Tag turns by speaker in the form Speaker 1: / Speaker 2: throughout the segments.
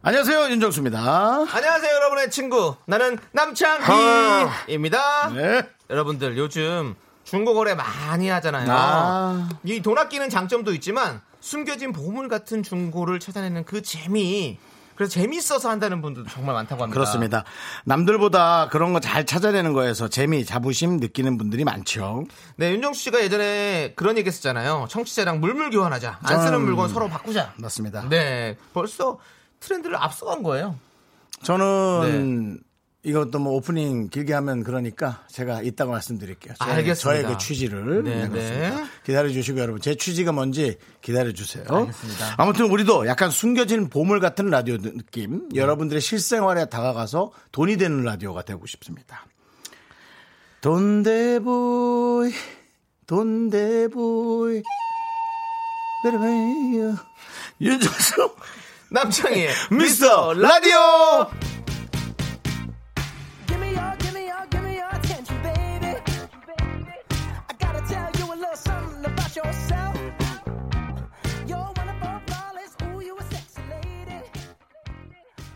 Speaker 1: 안녕하세요 윤정수입니다.
Speaker 2: 안녕하세요, 여러분의 친구. 나는 남창희입니다.
Speaker 1: 네.
Speaker 2: 여러분들, 요즘 중고거래 많이 하잖아요.
Speaker 1: 아.
Speaker 2: 이 돈 아끼는 장점도 있지만 숨겨진 보물 같은 중고를 찾아내는 그 재미. 그래서 재미있어서 한다는 분들도 정말 많다고 합니다.
Speaker 1: 그렇습니다. 남들보다 그런 거 잘 찾아내는 거에서 재미, 자부심 느끼는 분들이 많죠.
Speaker 2: 네, 윤정수 씨가 예전에 그런 얘기 했었잖아요. 청취자랑 물물 교환하자. 안 쓰는
Speaker 1: 음.
Speaker 2: 물건 서로 바꾸자.
Speaker 1: 맞습니다.
Speaker 2: 네, 벌써 트렌드를 앞서간 거예요.
Speaker 1: 저는 이것도 뭐 오프닝 길게 하면 그러니까 제가 이따가 말씀드릴게요. 저의,
Speaker 2: 알겠습니다.
Speaker 1: 저의 그 취지를
Speaker 2: 네,
Speaker 1: 네, 그렇습니다.
Speaker 2: 네.
Speaker 1: 기다려 주시고 여러분 제 취지가 뭔지 기다려 주세요. 아무튼 우리도 약간 숨겨진 보물 같은 라디오 느낌, 여러분들의 실생활에 다가가서 돈이 되는 라디오가 되고 싶습니다. 돈대보이, 돈대보이, 베르베이요. 윤정수 네.
Speaker 2: 남창희의
Speaker 1: 미스터 라디오.
Speaker 3: Give me your, give me your, give me your attention, baby. I gotta tell you a little something about yourself. You're one of our flawless, ooh, you a sexy lady.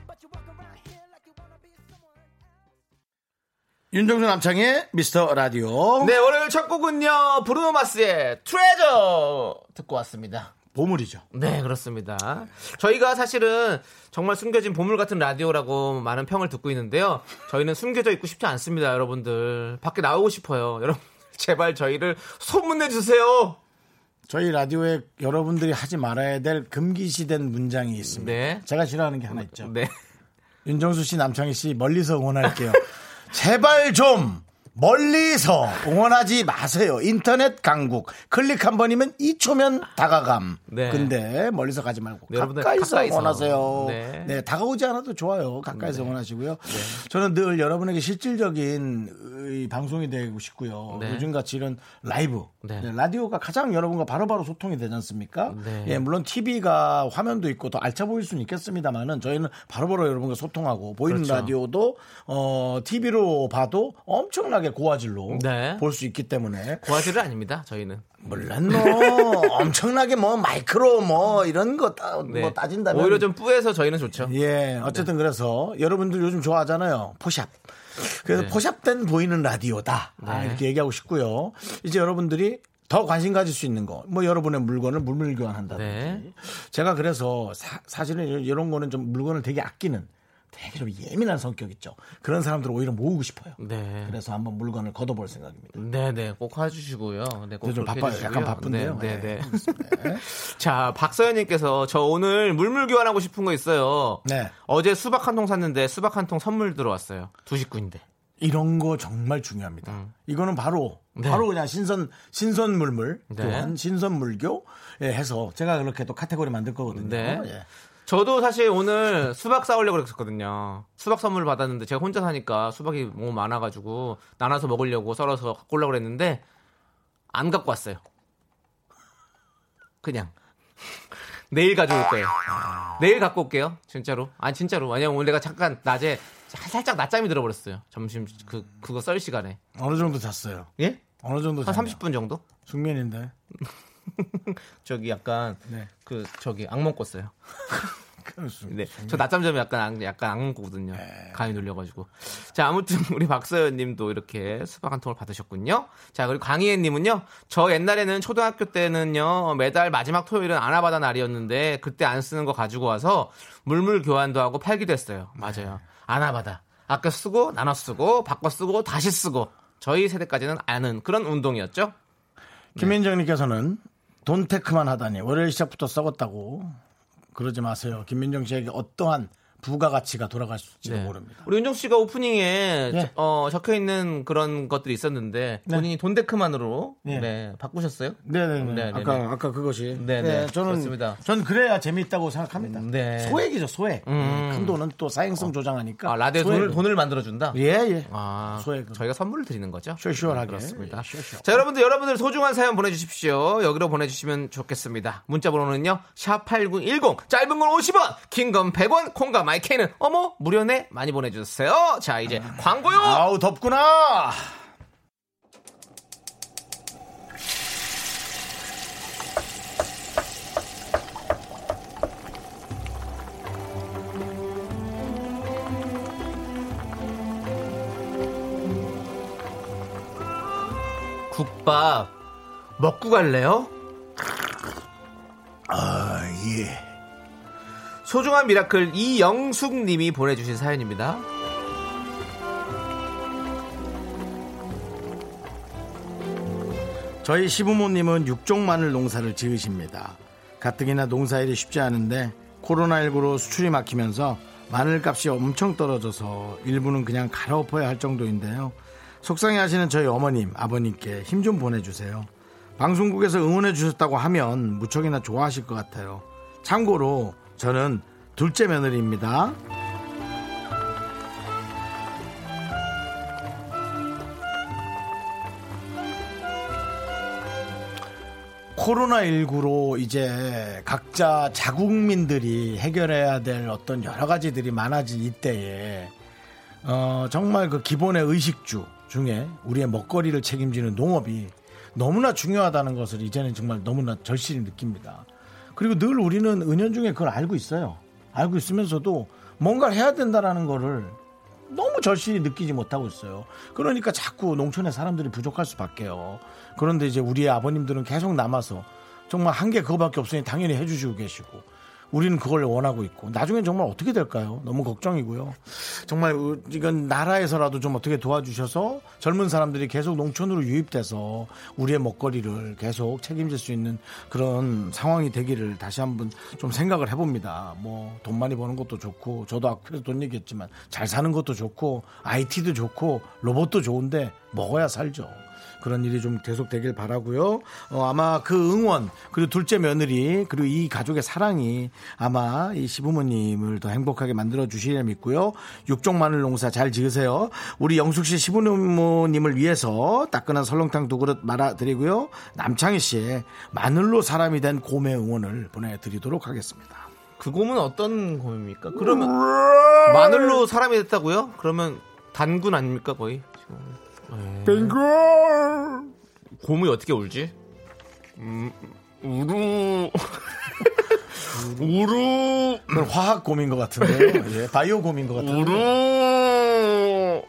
Speaker 3: But you walk around here like you wanna be someone else.
Speaker 1: 윤정수 남창의 미스터 라디오.
Speaker 2: 네, 월요일 첫 곡은요, 브루노 마스의 트레저 듣고 왔습니다.
Speaker 1: 보물이죠.
Speaker 2: 네, 그렇습니다. 저희가 사실은 정말 숨겨진 보물 같은 라디오라고 많은 평을 듣고 있는데요. 저희는 숨겨져 있고 싶지 않습니다, 여러분들. 밖에 나오고 싶어요. 여러분, 제발 저희를 소문내주세요.
Speaker 1: 저희 라디오에 여러분들이 하지 말아야 될 금기시된 문장이 있습니다.
Speaker 2: 네.
Speaker 1: 제가 싫어하는 게 하나 있죠.
Speaker 2: 네.
Speaker 1: 윤정수 씨, 남창희 씨 멀리서 응원할게요. 제발 좀 멀리서 응원하지 마세요. 인터넷 강국 클릭 한 번이면 2초면 다가감.
Speaker 2: 네.
Speaker 1: 근데 멀리서 가지 말고
Speaker 2: 네, 여러분들
Speaker 1: 가까이서,
Speaker 2: 가까이서.
Speaker 1: 응원하세요. 네.
Speaker 2: 네.
Speaker 1: 다가오지 않아도 좋아요. 가까이서 응원하시고요. 저는 늘 여러분에게 실질적인 의- 방송이 되고 싶고요.
Speaker 2: 네.
Speaker 1: 요즘같이 이런 라이브
Speaker 2: 네.
Speaker 1: 네, 라디오가 가장 여러분과 바로바로 소통이 되지 않습니까?
Speaker 2: 네.
Speaker 1: 예, 물론 TV가 화면도 있고 더 알차 보일 수는 있겠습니다만은 저희는 바로바로 여러분과 소통하고 보이는
Speaker 2: 그렇죠.
Speaker 1: 라디오도 어, TV로 봐도 엄청나게 고화질로
Speaker 2: 네.
Speaker 1: 볼 수 있기 때문에
Speaker 2: 고화질은 아닙니다, 저희는.
Speaker 1: 물론 뭐 엄청나게 뭐 마이크로 뭐 이런 거 따,
Speaker 2: 네.
Speaker 1: 뭐 따진다면
Speaker 2: 오히려 좀 네. 뿌해서 저희는 좋죠.
Speaker 1: 예, 어쨌든 그래서 여러분들 요즘 좋아하잖아요. 포샵. 그래서
Speaker 2: 네.
Speaker 1: 포샵된 보이는 라디오다. 아,
Speaker 2: 네.
Speaker 1: 이렇게 얘기하고 싶고요. 이제 여러분들이 더 관심 가질 수 있는 거. 뭐 여러분의 물건을 물물 교환한다든지.
Speaker 2: 네.
Speaker 1: 제가 그래서 사, 실은 이런 거는 좀 물건을 되게 아끼는 되게 좀 예민한 성격 있죠. 그런 사람들을 오히려 모으고 싶어요.
Speaker 2: 네.
Speaker 1: 그래서 한번 물건을 걷어볼 생각입니다.
Speaker 2: 네네, 꼭 해주시고요. 네, 꼭
Speaker 1: 좀
Speaker 2: 그렇게
Speaker 1: 바빠요.
Speaker 2: 해주시고요.
Speaker 1: 약간 바쁜데요.
Speaker 2: 네, 네,
Speaker 1: 예,
Speaker 2: 네. 자, 박서연님께서 저 오늘 물물 교환하고 싶은 거 있어요.
Speaker 1: 네.
Speaker 2: 어제 수박 한 통 샀는데 수박 한 통 선물 들어왔어요. 두 식구인데.
Speaker 1: 이런 거 정말 중요합니다. 이거는 바로
Speaker 2: 음. 네.
Speaker 1: 바로 그냥 신선 신선 물물
Speaker 2: 네.
Speaker 1: 교환 신선 물교 예, 해서 제가 그렇게 또 카테고리 만들 거거든요.
Speaker 2: 네.
Speaker 1: 예.
Speaker 2: 저도 사실 오늘 수박 싸오려고 그랬었거든요. 수박 선물 받았는데 제가 혼자 사니까 수박이 너무 많아가지고 나눠서 먹으려고 썰어서 갖고 오려고 그랬는데 안 갖고 왔어요. 그냥. 내일 가져올 거예요. 내일 갖고 올게요. 진짜로. 아니, 진짜로. 왜냐면 오늘 내가 잠깐 낮에 살짝 낮잠이 들어버렸어요. 점심 그, 그거 썰 시간에.
Speaker 1: 어느 정도 잤어요.
Speaker 2: 예?
Speaker 1: 어느 정도
Speaker 2: 한
Speaker 1: 잤어요?
Speaker 2: 30분 정도?
Speaker 1: 숙면인데.
Speaker 2: 저기 약간
Speaker 1: 네.
Speaker 2: 그 저기 악몽 꿨어요.
Speaker 1: 그렇습니다. 네.
Speaker 2: 네. 저 낮잠 자면 약간 악- 약간 악몽 꾸거든요. 간이 눌려가지고. 자 아무튼 우리 박서연님도 이렇게 수박 한 통을 받으셨군요. 자 그리고 강희애님은요. 저 옛날에는 초등학교 때는요 매달 마지막 토요일은 아나바다 날이었는데 그때 안 쓰는 거 가지고 와서 물물 교환도 하고 팔기도 했어요. 맞아요. 아나바다. 아껴 쓰고 나눠 쓰고 바꿔 쓰고 다시 쓰고 저희 세대까지는 아는 그런 운동이었죠.
Speaker 1: 네. 김민정님께서는 돈 테크만 하다니 월요일 시작부터 썩었다고 그러지 마세요. 김민정 씨에게 어떠한 부가가치가 돌아갈 수 있을지
Speaker 2: 네.
Speaker 1: 모릅니다.
Speaker 2: 우리 윤정 씨가 오프닝에
Speaker 1: 예.
Speaker 2: 저- 어, 적혀 있는 그런 것들이 있었는데
Speaker 1: 네.
Speaker 2: 본인이 돈데크만으로
Speaker 1: 예.
Speaker 2: 네, 바꾸셨어요?
Speaker 1: 네네네.
Speaker 2: 음, 네네네.
Speaker 1: 아까 아까 그것이.
Speaker 2: 네네.
Speaker 1: 저는
Speaker 2: 그렇습니다.
Speaker 1: 저는 그래야 재미있다고 생각합니다.
Speaker 2: 네. 음.
Speaker 1: 소액이죠 소액. 음, 큰 돈은 또 사행성 조장하니까.
Speaker 2: 아, 라디오 돈을
Speaker 1: 소액으로.
Speaker 2: 돈을 만들어 준다.
Speaker 1: 예 예.
Speaker 2: 아,
Speaker 1: 소액으로.
Speaker 2: 저희가 선물을 드리는 거죠?
Speaker 1: 쇼쇼하게.
Speaker 2: 그렇습니다.
Speaker 1: 예, 쇼쇼.
Speaker 2: 자, 여러분들 여러분들 소중한 사연 보내 주십시오. 여기로 보내 주시면 좋겠습니다. 문자 번호는요. 샵8910. 짧은 건 50원, 긴 건 100원. 콩과 마이케는 어머 무료네. 많이 보내 주세요. 자, 이제 광고요.
Speaker 1: 아우 덥구나.
Speaker 2: 국밥 먹고 갈래요?
Speaker 1: 아, 예.
Speaker 2: 소중한 미라클 이영숙 님이 보내주신 사연입니다.
Speaker 1: 저희 시부모님은 육종 마늘 농사를 지으십니다. 가뜩이나 농사일이 쉽지 않은데 코로나19로 수출이 막히면서 마늘 값이 엄청 떨어져서 일부는 그냥 갈아엎어야 할 정도인데요. 속상해하시는 저희 어머님, 아버님께 힘 좀 보내주세요. 방송국에서 응원해 주셨다고 하면 무척이나 좋아하실 것 같아요. 참고로 저는 둘째 며느리입니다. 코로나19로 이제 각자 자국민들이 해결해야 될 어떤 여러 가지들이 많아진 이때에 어, 정말 그 기본의 의식주 중에 우리의 먹거리를 책임지는 농업이 너무나 중요하다는 것을 이제는 정말 너무나 절실히 느낍니다. 그리고 늘 우리는 은연중에 그걸 알고 있어요. 알고 있으면서도 뭔가를 해야 된다라는 거를 너무 절실히 느끼지 못하고 있어요. 그러니까 자꾸 농촌의 사람들이 부족할 수밖에요. 그런데 이제 우리의 아버님들은 계속 남아서 정말 한 게 그거밖에 없으니 당연히 해주시고 계시고 우리는 그걸 원하고 있고 나중엔 정말 어떻게 될까요? 너무 걱정이고요. 정말 으- 이건 나라에서라도 좀 어떻게 도와주셔서 젊은 사람들이 계속 농촌으로 유입돼서 우리의 먹거리를 계속 책임질 수 있는 그런 상황이 되기를 다시 한번 좀 생각을 해봅니다. 뭐 돈 많이 버는 것도 좋고 저도 앞에서 돈 얘기했지만 잘 사는 것도 좋고 IT도 좋고 로봇도 좋은데 먹어야 살죠. 그런 일이 좀 계속되길 바라고요. 어, 아마 그 응원 그리고 둘째 며느리 그리고 이 가족의 사랑이 아마 이 시부모님을 더 행복하게 만들어 주시리라 믿고요. 육종 마늘 농사 잘 지으세요. 우리 영숙 씨 시부모님을 위해서 따끈한 설렁탕 두 그릇 말아 드리고요. 남창희 씨의 마늘로 사람이 된 곰의 응원을 보내드리도록 하겠습니다.
Speaker 2: 그 곰은 어떤 곰입니까? 그러면 마늘로 사람이 됐다고요? 그러면 단군 아닙니까 거의? 지금. 곰이 어떻게 울지? 음, 우루 우루
Speaker 1: 그건 화학 곰인 것 같은데요. 예, 바이오 곰인 것 같은데.
Speaker 2: 우루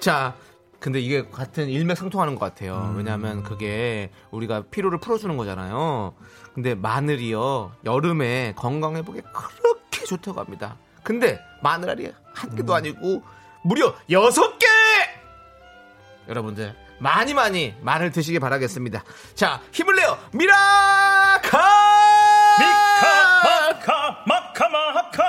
Speaker 2: 자, 근데 이게 같은 일맥상통하는 것 같아요. 왜냐하면 그게 우리가 피로를 풀어주는 거잖아요. 근데 마늘이요 여름에 건강 회복에 그렇게 좋다고 합니다. 근데 마늘알이 한 개도 아니고 무려 여섯 개! 여러분들 많이 많이 마늘 드시길 바라겠습니다. 자, 힘을 내요 미라카!
Speaker 4: 마카 마카 마카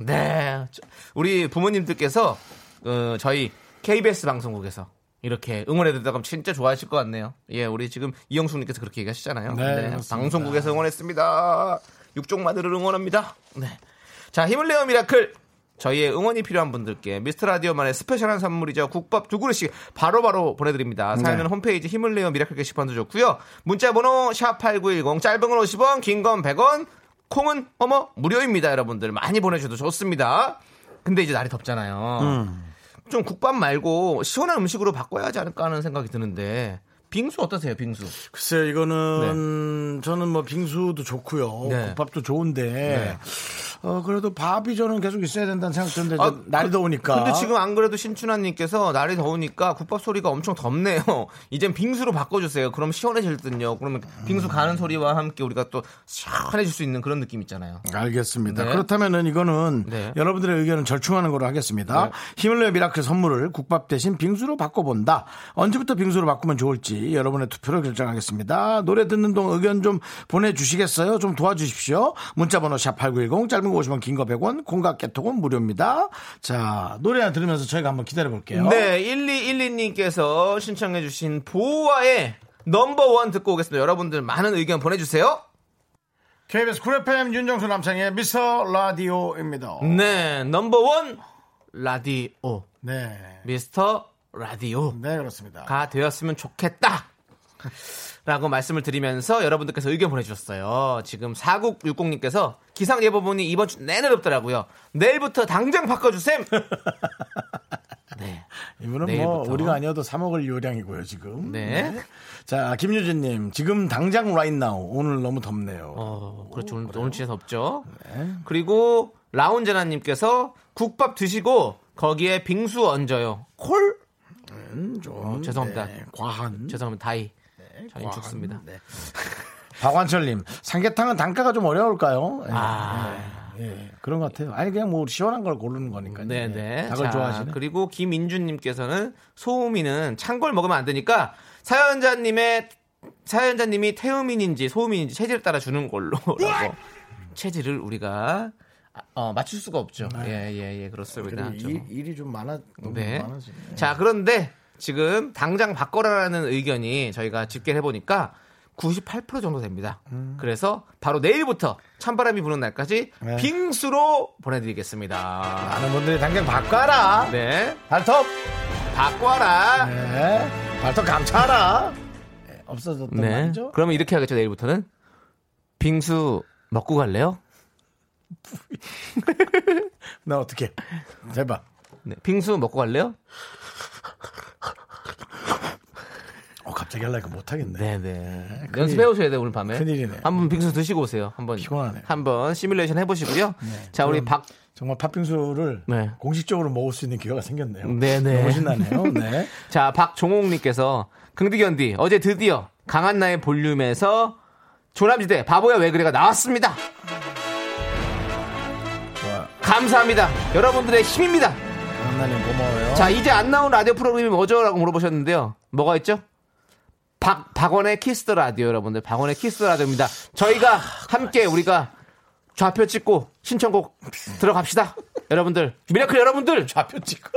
Speaker 2: 네. 저- 우리 부모님들께서 어, 저희 KBS 방송국에서 이렇게 응원해드리다가 진짜 좋아하실 것 같네요. 예, 우리 지금 이영숙님께서 그렇게 얘기하시잖아요.
Speaker 1: 네, 맞습니다.
Speaker 2: 방송국에서 응원했습니다. 육종 마늘을 응원합니다. 네. 자, 힘을 내요 미라클. 저희의 응원이 필요한 분들께 미스터 라디오만의 스페셜한 선물이죠. 국밥 두 그릇씩 바로바로 보내드립니다. 사연은 홈페이지 힘을 내요 미라클 게시판도 좋고요. 문자번호 샵8910 짧은 건 50원, 긴 건 100원, 콩은 어머 무료입니다. 여러분들 많이 보내주셔도 좋습니다. 근데 이제 날이 덥잖아요. 좀 국밥 말고 시원한 음식으로 바꿔야 하지 않을까 하는 생각이 드는데 빙수 어떠세요? 빙수.
Speaker 1: 글쎄요, 이거는 저는 뭐 빙수도 좋고요.
Speaker 2: 네.
Speaker 1: 국밥도 좋은데 어, 그래도 밥이 저는 계속 있어야 된다는 생각 드는데
Speaker 2: 아,
Speaker 1: 이제 날이
Speaker 2: 그-
Speaker 1: 더우니까.
Speaker 2: 근데 지금 안 그래도 신춘하님께서 날이 더우니까 국밥 소리가 엄청 덥네요. 이젠 빙수로 바꿔주세요. 그럼 시원해질 듯요. 그러면 빙수 가는 소리와 함께 우리가 또 시원해질 수 있는 그런 느낌 있잖아요.
Speaker 1: 알겠습니다.
Speaker 2: 네.
Speaker 1: 그렇다면은 이거는
Speaker 2: 네.
Speaker 1: 여러분들의 의견을 절충하는 걸로 하겠습니다. 히말라야 미라클 선물을 국밥 대신 빙수로 바꿔본다. 언제부터 빙수로 바꾸면 좋을지 여러분의 투표로 결정하겠습니다. 노래 듣는 동안 의견 좀 보내주시겠어요? 좀 도와주십시오. 문자번호 샵8910 짧은 거 50원 긴 거 100원 공각 개통은 무료입니다. 자 노래 하나 들으면서 저희가 한번 기다려볼게요.
Speaker 2: 네, 1212님께서 신청해주신 보아의 넘버원 듣고 오겠습니다. 여러분들 많은 의견 보내주세요.
Speaker 1: KBS 쿨 FM 윤정수 남창의 미스터 라디오입니다.
Speaker 2: 네, 넘버원 라디오.
Speaker 1: 네.
Speaker 2: 미스터 라디오.
Speaker 1: 네 그렇습니다.
Speaker 2: 가 되었으면 좋겠다. 라고 말씀을 드리면서 여러분들께서 의견 보내주셨어요. 지금 4960님께서 기상 예보분이 이번 주 내내 덥더라고요. 내일부터 당장 바꿔주셈! 네.
Speaker 1: 이분은
Speaker 2: 내일부터.
Speaker 1: 뭐 우리가 아니어도 사 먹을 요량이고요 지금.
Speaker 2: 네.
Speaker 1: 자 김유진님 지금 당장 right now 오늘 너무 덥네요.
Speaker 2: 어, 그렇죠. 오늘, 오늘 진짜 덥죠.
Speaker 1: 네.
Speaker 2: 그리고 라운제나님께서 국밥 드시고 거기에 빙수 얹어요. 콜?
Speaker 1: 음, 좀,
Speaker 2: 어, 죄송합니다.
Speaker 1: 네, 과한.
Speaker 2: 죄송합니다. 다이. 저희 죽습니다.
Speaker 1: 네. 박완철님 삼계탕은 단가가 좀 어려울까요? 예,
Speaker 2: 아.
Speaker 1: 예, 예, 그런 것 같아요. 아니 그냥 뭐 시원한 걸 고르는 거니까요. 예.
Speaker 2: 네네.
Speaker 1: 닭을
Speaker 2: 자,
Speaker 1: 좋아하시네.
Speaker 2: 그리고 김인준님께서는 소음이는 찬 걸 먹으면 안 되니까 사연자님의 사연자님이 태음인인지 소음인인지 체질에 따라 주는 걸로라고 체질을 우리가 아, 어, 맞출 수가 없죠. 예예예 그렇습니다.
Speaker 1: 음, 그리고
Speaker 2: 좀.
Speaker 1: 일, 일이 좀 많아 너무
Speaker 2: 네.
Speaker 1: 많아지.
Speaker 2: 자 그런데 지금 당장 바꿔라라는 의견이 저희가 집계를 해보니까 98% 정도 됩니다. 그래서 바로 내일부터 찬바람이 부는 날까지
Speaker 1: 음. 네.
Speaker 2: 빙수로 보내드리겠습니다.
Speaker 1: 많은 분들이 당장 바꿔라.
Speaker 2: 네.
Speaker 1: 발톱.
Speaker 2: 바꿔라.
Speaker 1: 네. 발톱 감차라. 네, 없어졌던
Speaker 2: 네.
Speaker 1: 말이죠.
Speaker 2: 그러면 이렇게 하겠죠. 내일부터는 빙수 먹고 갈래요?
Speaker 1: 나 어떻게? 대박.
Speaker 2: 네. 빙수 먹고 갈래요?
Speaker 1: 어, 갑자기 하려니까
Speaker 2: 네,
Speaker 1: 못하겠네.
Speaker 2: 네. 연습해 오셔야 돼 오늘 밤에.
Speaker 1: 큰일이네.
Speaker 2: 한번 빙수 드시고 오세요. 한번
Speaker 1: 피곤하네.
Speaker 2: 한번 시뮬레이션 해 보시고요.
Speaker 1: 네.
Speaker 2: 자, 우리 박
Speaker 1: 정말 팥빙수를
Speaker 2: 네.
Speaker 1: 공식적으로 먹을 수 있는 기회가 생겼네요.
Speaker 2: 네네.
Speaker 1: 너무 신나네요. 네.
Speaker 2: 자, 박종옥님께서 긍디견디 어제 드디어 강한 나의 볼륨에서 조남지대 바보야 왜 그래가 나왔습니다.
Speaker 1: 좋아.
Speaker 2: 감사합니다. 여러분들의 힘입니다.
Speaker 1: 강나님 고마워요.
Speaker 2: 자, 이제 안 나온 라디오 프로그램이 뭐죠? 라고 물어보셨는데요. 뭐가 있죠? 박, 박원의 키스 더 라디오 여러분들. 박원의 키스 더 라디오입니다. 저희가 함께 우리가 좌표 찍고 신청곡 들어갑시다. 여러분들. 미라클 여러분들.
Speaker 1: 좌표 찍고.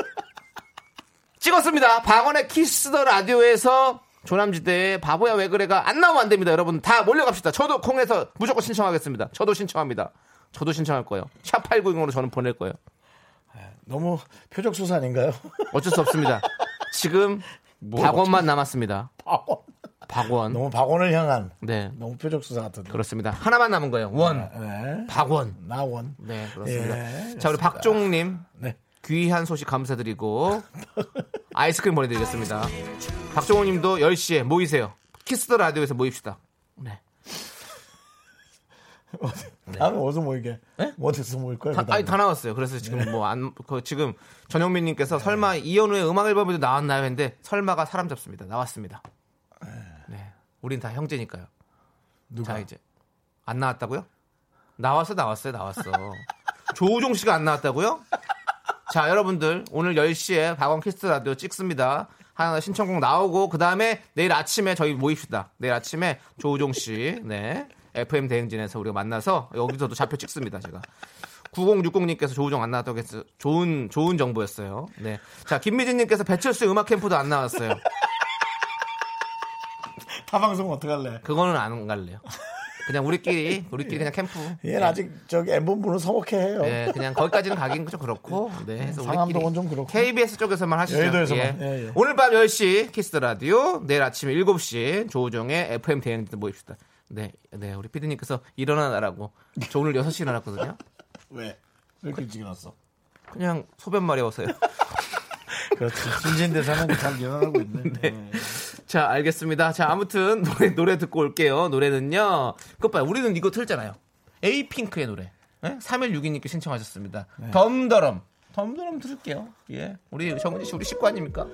Speaker 2: 찍었습니다. 박원의 키스 더 라디오에서 조남지대의 바보야 왜 그래가 안 나오면 안 됩니다. 여러분 다 몰려갑시다. 저도 콩에서 무조건 신청하겠습니다. 저도 신청합니다. 저도 신청할 거예요. 샵8910으로 저는 보낼 거예요.
Speaker 1: 너무 표적 수사 아닌가요?
Speaker 2: 어쩔 수 없습니다. 지금 박원만 남았습니다.
Speaker 1: 박원.
Speaker 2: 박원.
Speaker 1: 너무 박원을 향한
Speaker 2: 네.
Speaker 1: 너무 표적 수사 같은데.
Speaker 2: 그렇습니다. 하나만 남은 거예요. 원.
Speaker 1: 네.
Speaker 2: 박원.
Speaker 1: 나원.
Speaker 2: 아, 네, 그렇습니다.
Speaker 1: 예,
Speaker 2: 자, 우리 박종님.
Speaker 1: 네.
Speaker 2: 귀한 소식 감사드리고 아이스크림 보내드리겠습니다. 박종호 님도 10시에 모이세요. 키스더 라디오에서 모입시다. 네.
Speaker 1: 다음에 어디서 모이게? 네? 어디서 모일 거예요?
Speaker 2: 다,
Speaker 1: 그다음에? 네.
Speaker 2: 아니, 다 나왔어요. 그래서 지금 뭐 안, 그 지금 전영민 님께서 설마 이현우의 음악 앨범에도 나왔나요? 했는데 설마가 사람 잡습니다. 나왔습니다. 네. 우린 다 형제니까요.
Speaker 1: 누가?
Speaker 2: 자, 이제. 안 나왔다고요? 나왔어, 나왔어요, 나왔어. 조우종 씨가 안 나왔다고요? 자, 여러분들, 오늘 10시에 박원 키스 라디오 찍습니다. 하나 신청곡 나오고, 그 다음에 내일 아침에 저희 모입시다. 내일 아침에 조우종 씨, 네. FM 대행진에서 우리가 만나서 여기서도 좌표 찍습니다, 제가. 9060님께서 조우종 안 나왔다고 해서 좋은, 좋은 정보였어요. 네. 자, 김미진님께서 배철수 음악 캠프도 안 나왔어요.
Speaker 1: 타 방송 어떡할래?
Speaker 2: 그거는 안 갈래요. 그냥 우리끼리, 우리끼리 그냥 캠프.
Speaker 1: 얘는 아직 저기 엠본부는 서먹해 해요.
Speaker 2: 예, 그냥 거기까지는 가긴 좀 그렇고. 네. 그래서
Speaker 1: 상암동은
Speaker 2: 우리끼리
Speaker 1: 좀 그렇고.
Speaker 2: KBS 쪽에서만 하시죠.
Speaker 1: 여의도에서만. 예, 예.
Speaker 2: 오늘 밤 10시 키스 더 라디오, 내일 아침 7시 조우종의 FM 대행진 모입시다. 네, 네, 우리 피디님께서 일어나라고. 저 오늘 6시 일어났거든요.
Speaker 1: 왜? 왜 이렇게 일찍 일어났어?
Speaker 2: 그냥 소변 마려워서요.
Speaker 1: 그렇지. 순진대사는 잘 일어나고 있네. 네.
Speaker 2: 자, 알겠습니다. 자, 아무튼 노래, 노래 듣고 올게요. 노래는요. 끝봐요. 우리는 이거 틀잖아요. 에이핑크의 노래. 네? 3162님께 신청하셨습니다. 덤더럼. 덤더럼 들을게요. 예. 우리 정은지 씨 우리 식구 아닙니까?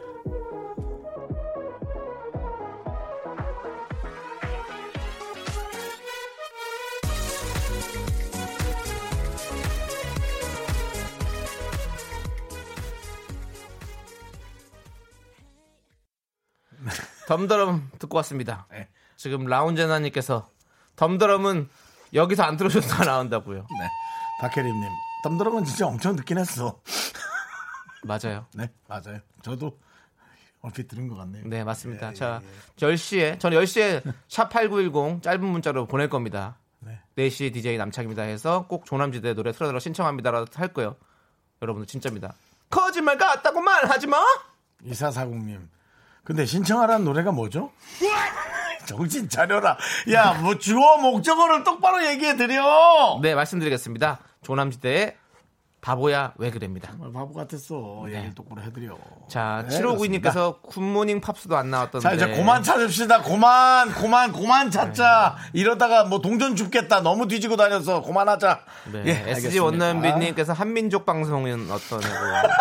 Speaker 2: 덤더럼 듣고 왔습니다.
Speaker 1: 네.
Speaker 2: 지금 라운제나님께서 덤더럼은 여기서 안 들어줘도 다 나온다고요.
Speaker 1: 네. 박혜림님, 덤드럼은 진짜 엄청 듣긴 했어.
Speaker 2: 맞아요.
Speaker 1: 네, 맞아요. 저도 얼핏 들은 것 같네요.
Speaker 2: 네, 맞습니다.
Speaker 1: 예,
Speaker 2: 자, 10시에, 저는 10시에 샵8910 짧은 문자로 보낼 겁니다.
Speaker 1: 네.
Speaker 2: 4시 DJ 남창입니다 해서 꼭 조남지대 노래 틀어달라 신청합니다라도 할 거예요. 여러분들 진짜입니다. 거짓말 같다고 말하지 마!
Speaker 1: 이사사공님. 근데 신청하라는 노래가 뭐죠? 정신 차려라. 야, 뭐 주어 목적어를 똑바로 얘기해 드려.
Speaker 2: 네, 말씀드리겠습니다. 조남지대의 바보야 왜 그래입니다.
Speaker 1: 정말 아, 바보 같았어. 얘기 똑바로 해드려.
Speaker 2: 네. 자,
Speaker 1: 네,
Speaker 2: 7592님께서 네. 굿모닝 팝스도 안 나왔던데.
Speaker 1: 자 이제 고만 찾읍시다. 고만, 고만, 고만 찾자.
Speaker 2: 네.
Speaker 1: 이러다가 뭐 동전 죽겠다. 너무 뒤지고 다녀서 고만하자.
Speaker 2: 네,
Speaker 1: 예,
Speaker 2: SG
Speaker 1: 알겠습니다.
Speaker 2: 원남비님께서 한민족 방송은 어떠냐고.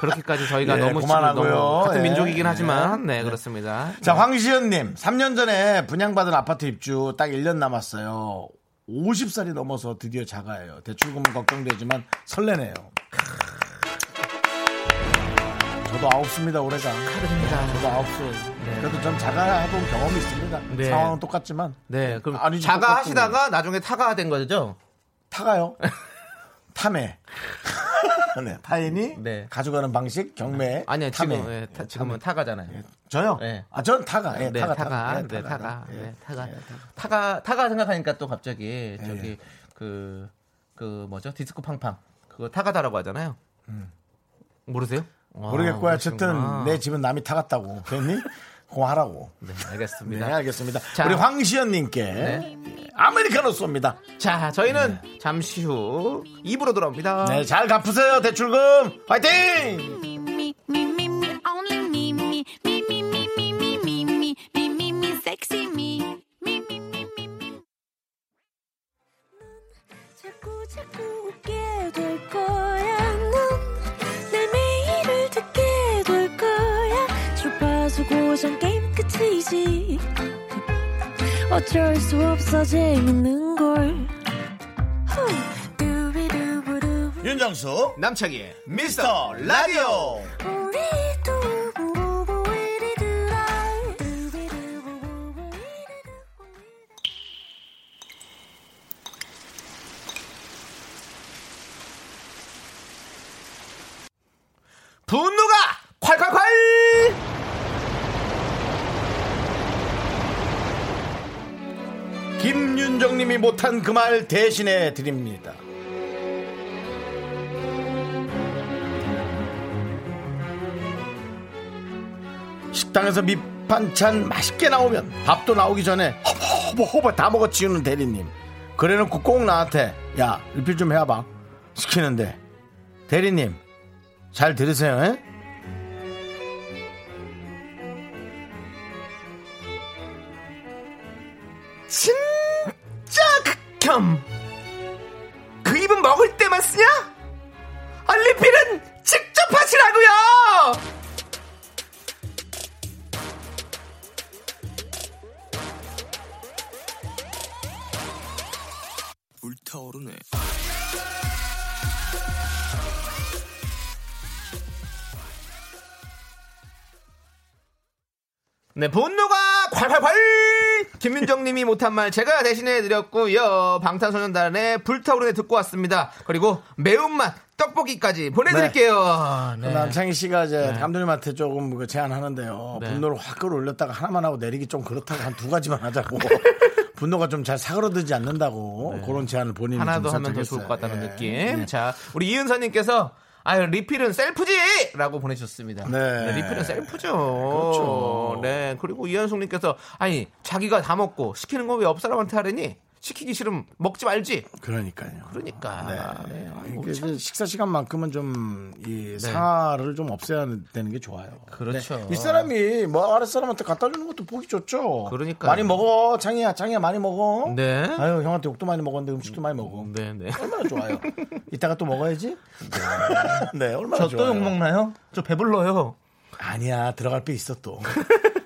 Speaker 2: 그렇게까지 저희가
Speaker 1: 예,
Speaker 2: 너무
Speaker 1: 그만하고요.
Speaker 2: 너무 같은
Speaker 1: 예,
Speaker 2: 민족이긴
Speaker 1: 예.
Speaker 2: 하지만 네, 그렇습니다.
Speaker 1: 자, 황시현님, 3년 전에 분양받은 아파트 입주 딱 1년 남았어요. 50살이 넘어서 드디어 자가예요. 대출금은 걱정되지만 설레네요. 저도 아홉습니다, 올해가.
Speaker 2: 축하드립니다.
Speaker 1: 저도 아홉살. 그래도 전 자가하던 경험이 있습니다.
Speaker 2: 네.
Speaker 1: 상황은 똑같지만.
Speaker 2: 네, 그럼
Speaker 1: 음, 아니지,
Speaker 2: 자가
Speaker 1: 똑같고.
Speaker 2: 하시다가 나중에 타가 된 거죠?
Speaker 1: 타가요. 탐해. 네, 타인이
Speaker 2: 네.
Speaker 1: 가져가는 방식, 경매.
Speaker 2: 아니요,
Speaker 1: 탐해.
Speaker 2: 지금 예, 타- 지금은 타가잖아요.
Speaker 1: 저요?
Speaker 2: 네.
Speaker 1: 아, 전 타가. 예,
Speaker 2: 네,
Speaker 1: 타가,
Speaker 2: 타가,
Speaker 1: 타가. 예,
Speaker 2: 네, 타가,
Speaker 1: 예. 예.
Speaker 2: 네, 타가, 타가, 타가 생각하니까 또 갑자기 저기 그, 그 뭐죠? 디스코 팡팡 그거 타가다라고 하잖아요. 모르세요? 와,
Speaker 1: 음. 모르겠고요. 어쨌든
Speaker 2: 모르시는구나.
Speaker 1: 내 집은 남이 타갔다고. 됐니? 고하라고.
Speaker 2: 네,
Speaker 1: 네,
Speaker 2: 알겠습니다.
Speaker 1: 알겠습니다.
Speaker 2: 자. 네.
Speaker 1: 우리 황시연님께 아메리카노 쏩니다.
Speaker 2: 자, 저희는 잠시 후 입으로 돌아옵니다.
Speaker 1: 네, 잘 갚으세요. 대출금 화이팅!
Speaker 5: me, me, me, me, me, only me, me, me, me, me, me, me, me, me, me, me, me, sexy me. Me, me, me, me, me. 자꾸, 자꾸 웃게 될 거야. 넌내 매일을 듣게 될 거야. 주파수 고정 게임 끝이지. 어쩔 수 없어 재밌는 걸. 후. 두비두부두.
Speaker 1: 윤정수
Speaker 2: 남창희의
Speaker 1: 미스터 라디오
Speaker 2: 분노가 콸콸콸!
Speaker 1: 김윤정님이 못한 그 말 대신해 드립니다. 식당에서 밑반찬 맛있게 나오면 밥도 나오기 전에 허버 허버 허버 다 먹어 치우는 대리님. 그래놓고 꼭 나한테 야 리필 좀 해봐 시키는데 대리님 잘 들으세요. 에?
Speaker 2: 진짜 극혐. 그 입은 먹을 때만 쓰냐? 알리필은 직접 하시라고요. 네, 분노가 콸콸콸! 김윤정님이 못한 말 제가 대신해 드렸고요. 방탄소년단의 불타오르네 듣고 왔습니다. 그리고 매운맛 떡볶이까지 보내드릴게요. 네.
Speaker 1: 남창희 씨가 이제 감독님한테 조금 그 제안하는데요.
Speaker 2: 네.
Speaker 1: 분노를 확 끌어올렸다가 하나만 하고 내리기 좀 그렇다고 한 두 가지만 하자고. 분노가 좀 잘 사그러들지 않는다고 그런 제안을 본인이
Speaker 2: 네. 하나 더
Speaker 1: 좀
Speaker 2: 하면 더
Speaker 1: 선택했어요.
Speaker 2: 좋을 것 같다는
Speaker 1: 예.
Speaker 2: 느낌. 자, 우리 이은서님께서 아유 리필은 셀프지! 라고 보내주셨습니다.
Speaker 1: 네.
Speaker 2: 리필은 셀프죠.
Speaker 1: 그렇죠.
Speaker 2: 네. 그리고 이현숙님께서 아니 자기가 다 먹고 시키는 거 왜 옆 사람한테 하려니? 시키기 싫으면 먹지 말지.
Speaker 1: 그러니까요.
Speaker 2: 그러니까. 네. 아이고,
Speaker 1: 이게
Speaker 2: 참. 네.
Speaker 1: 이제 식사 시간만큼은 좀 이 사를 좀 없애야 되는 게 좋아요.
Speaker 2: 그렇죠.
Speaker 1: 네. 이 사람이 뭐 아랫사람한테 갖다 주는 것도 보기 좋죠.
Speaker 2: 그러니까요.
Speaker 1: 많이 먹어. 장이야, 장이야 많이 먹어.
Speaker 2: 네.
Speaker 1: 아유, 형한테 욕도 많이 먹었는데 음식도 많이 먹어.
Speaker 2: 네, 네.
Speaker 1: 얼마나 좋아요. 이따가 또 먹어야지. 네, 얼마나
Speaker 6: 저 또
Speaker 1: 좋아요.
Speaker 6: 욕 먹나요?
Speaker 2: 저 배불러요.
Speaker 1: 아니야, 들어갈 배 있어 또.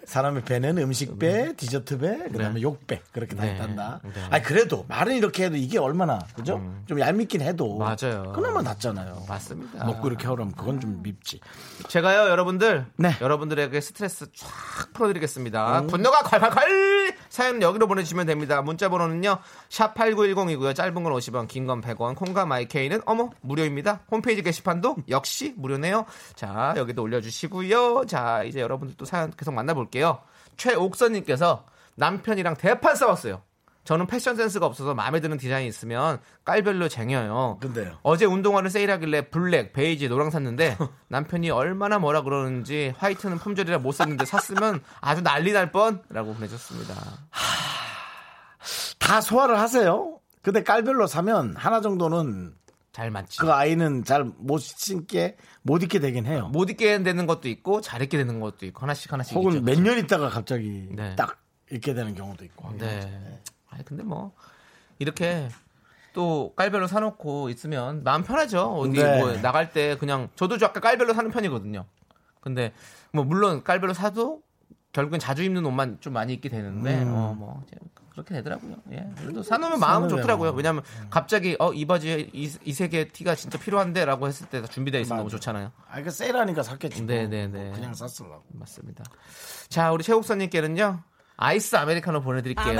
Speaker 1: 사람의 배는 음식 배, 디저트 배, 그다음에 욕 배. 그렇게 다
Speaker 2: 네.
Speaker 1: 있단다.
Speaker 2: 네. 음.
Speaker 1: 아니 그래도 말은 이렇게 해도 이게 얼마나 그죠? 좀 얄밉긴 해도
Speaker 2: 맞아요.
Speaker 1: 그나마 낫잖아요.
Speaker 2: 맞습니다. 음.
Speaker 1: 먹고 이렇게 하려면 그건 좀 밉지.
Speaker 2: 제가요, 여러분들.
Speaker 1: 네.
Speaker 2: 여러분들에게 스트레스 쫙 풀어드리겠습니다. 분노가 콸콸콸! 사연 여기로 보내주시면 됩니다. 문자 번호는요, 샵8910이고요. 짧은 건 50원, 긴 건 100원, 콩과 마이케이는 어머, 무료입니다. 홈페이지 게시판도 역시 무료네요. 자, 여기도 올려주시고요. 자, 이제 여러분들 또 사연 계속 만나볼게요. 최옥선님께서 남편이랑 대판 싸웠어요. 저는 패션 센스가 없어서 마음에 드는 디자인이 있으면 깔별로 쟁여요.
Speaker 1: 근데요?
Speaker 2: 어제 운동화를 세일하길래 블랙, 베이지, 노랑 샀는데 남편이 얼마나 뭐라 그러는지 화이트는 품절이라 못 샀는데 샀으면 아주 난리 날 뻔라고 보내줬습니다.
Speaker 1: 다 소화를 하세요. 근데 깔별로 사면 하나 정도는
Speaker 2: 잘 맞지.
Speaker 1: 그 아이는 잘 못 신게 못 입게 되긴 해요.
Speaker 2: 못 입게 되는 것도 있고 잘 입게 되는 것도 있고 하나씩 하나씩 있죠.
Speaker 1: 혹은 몇 년 있다가 갑자기
Speaker 2: 네.
Speaker 1: 딱 입게 되는 경우도 있고.
Speaker 2: 네. 아니 근데 뭐 이렇게 또 깔별로 사놓고 있으면 마음 편하죠. 어디
Speaker 1: 네.
Speaker 2: 뭐 나갈 때 그냥 저도 저 아까 깔별로 사는 편이거든요. 근데 뭐 물론 깔별로 사도 결국엔 자주 입는 옷만 좀 많이 입게 되는데 어, 뭐 이제 그렇게 되더라고요. 예. 그래도 사놓으면 마음
Speaker 1: 사놓으면
Speaker 2: 좋더라고요.
Speaker 1: 뭐.
Speaker 2: 왜냐하면 갑자기 어 이 바지에 이, 이 색의 티가 진짜 필요한데라고 했을 때 준비되어 있으면 너무
Speaker 1: 맞아.
Speaker 2: 좋잖아요.
Speaker 1: 아, 그 세일하니까 샀겠지. 뭐.
Speaker 2: 네네네.
Speaker 1: 그냥 샀을라고.
Speaker 2: 맞습니다. 자 우리 최국선님께는요 아이스 아메리카노 보내드릴게요.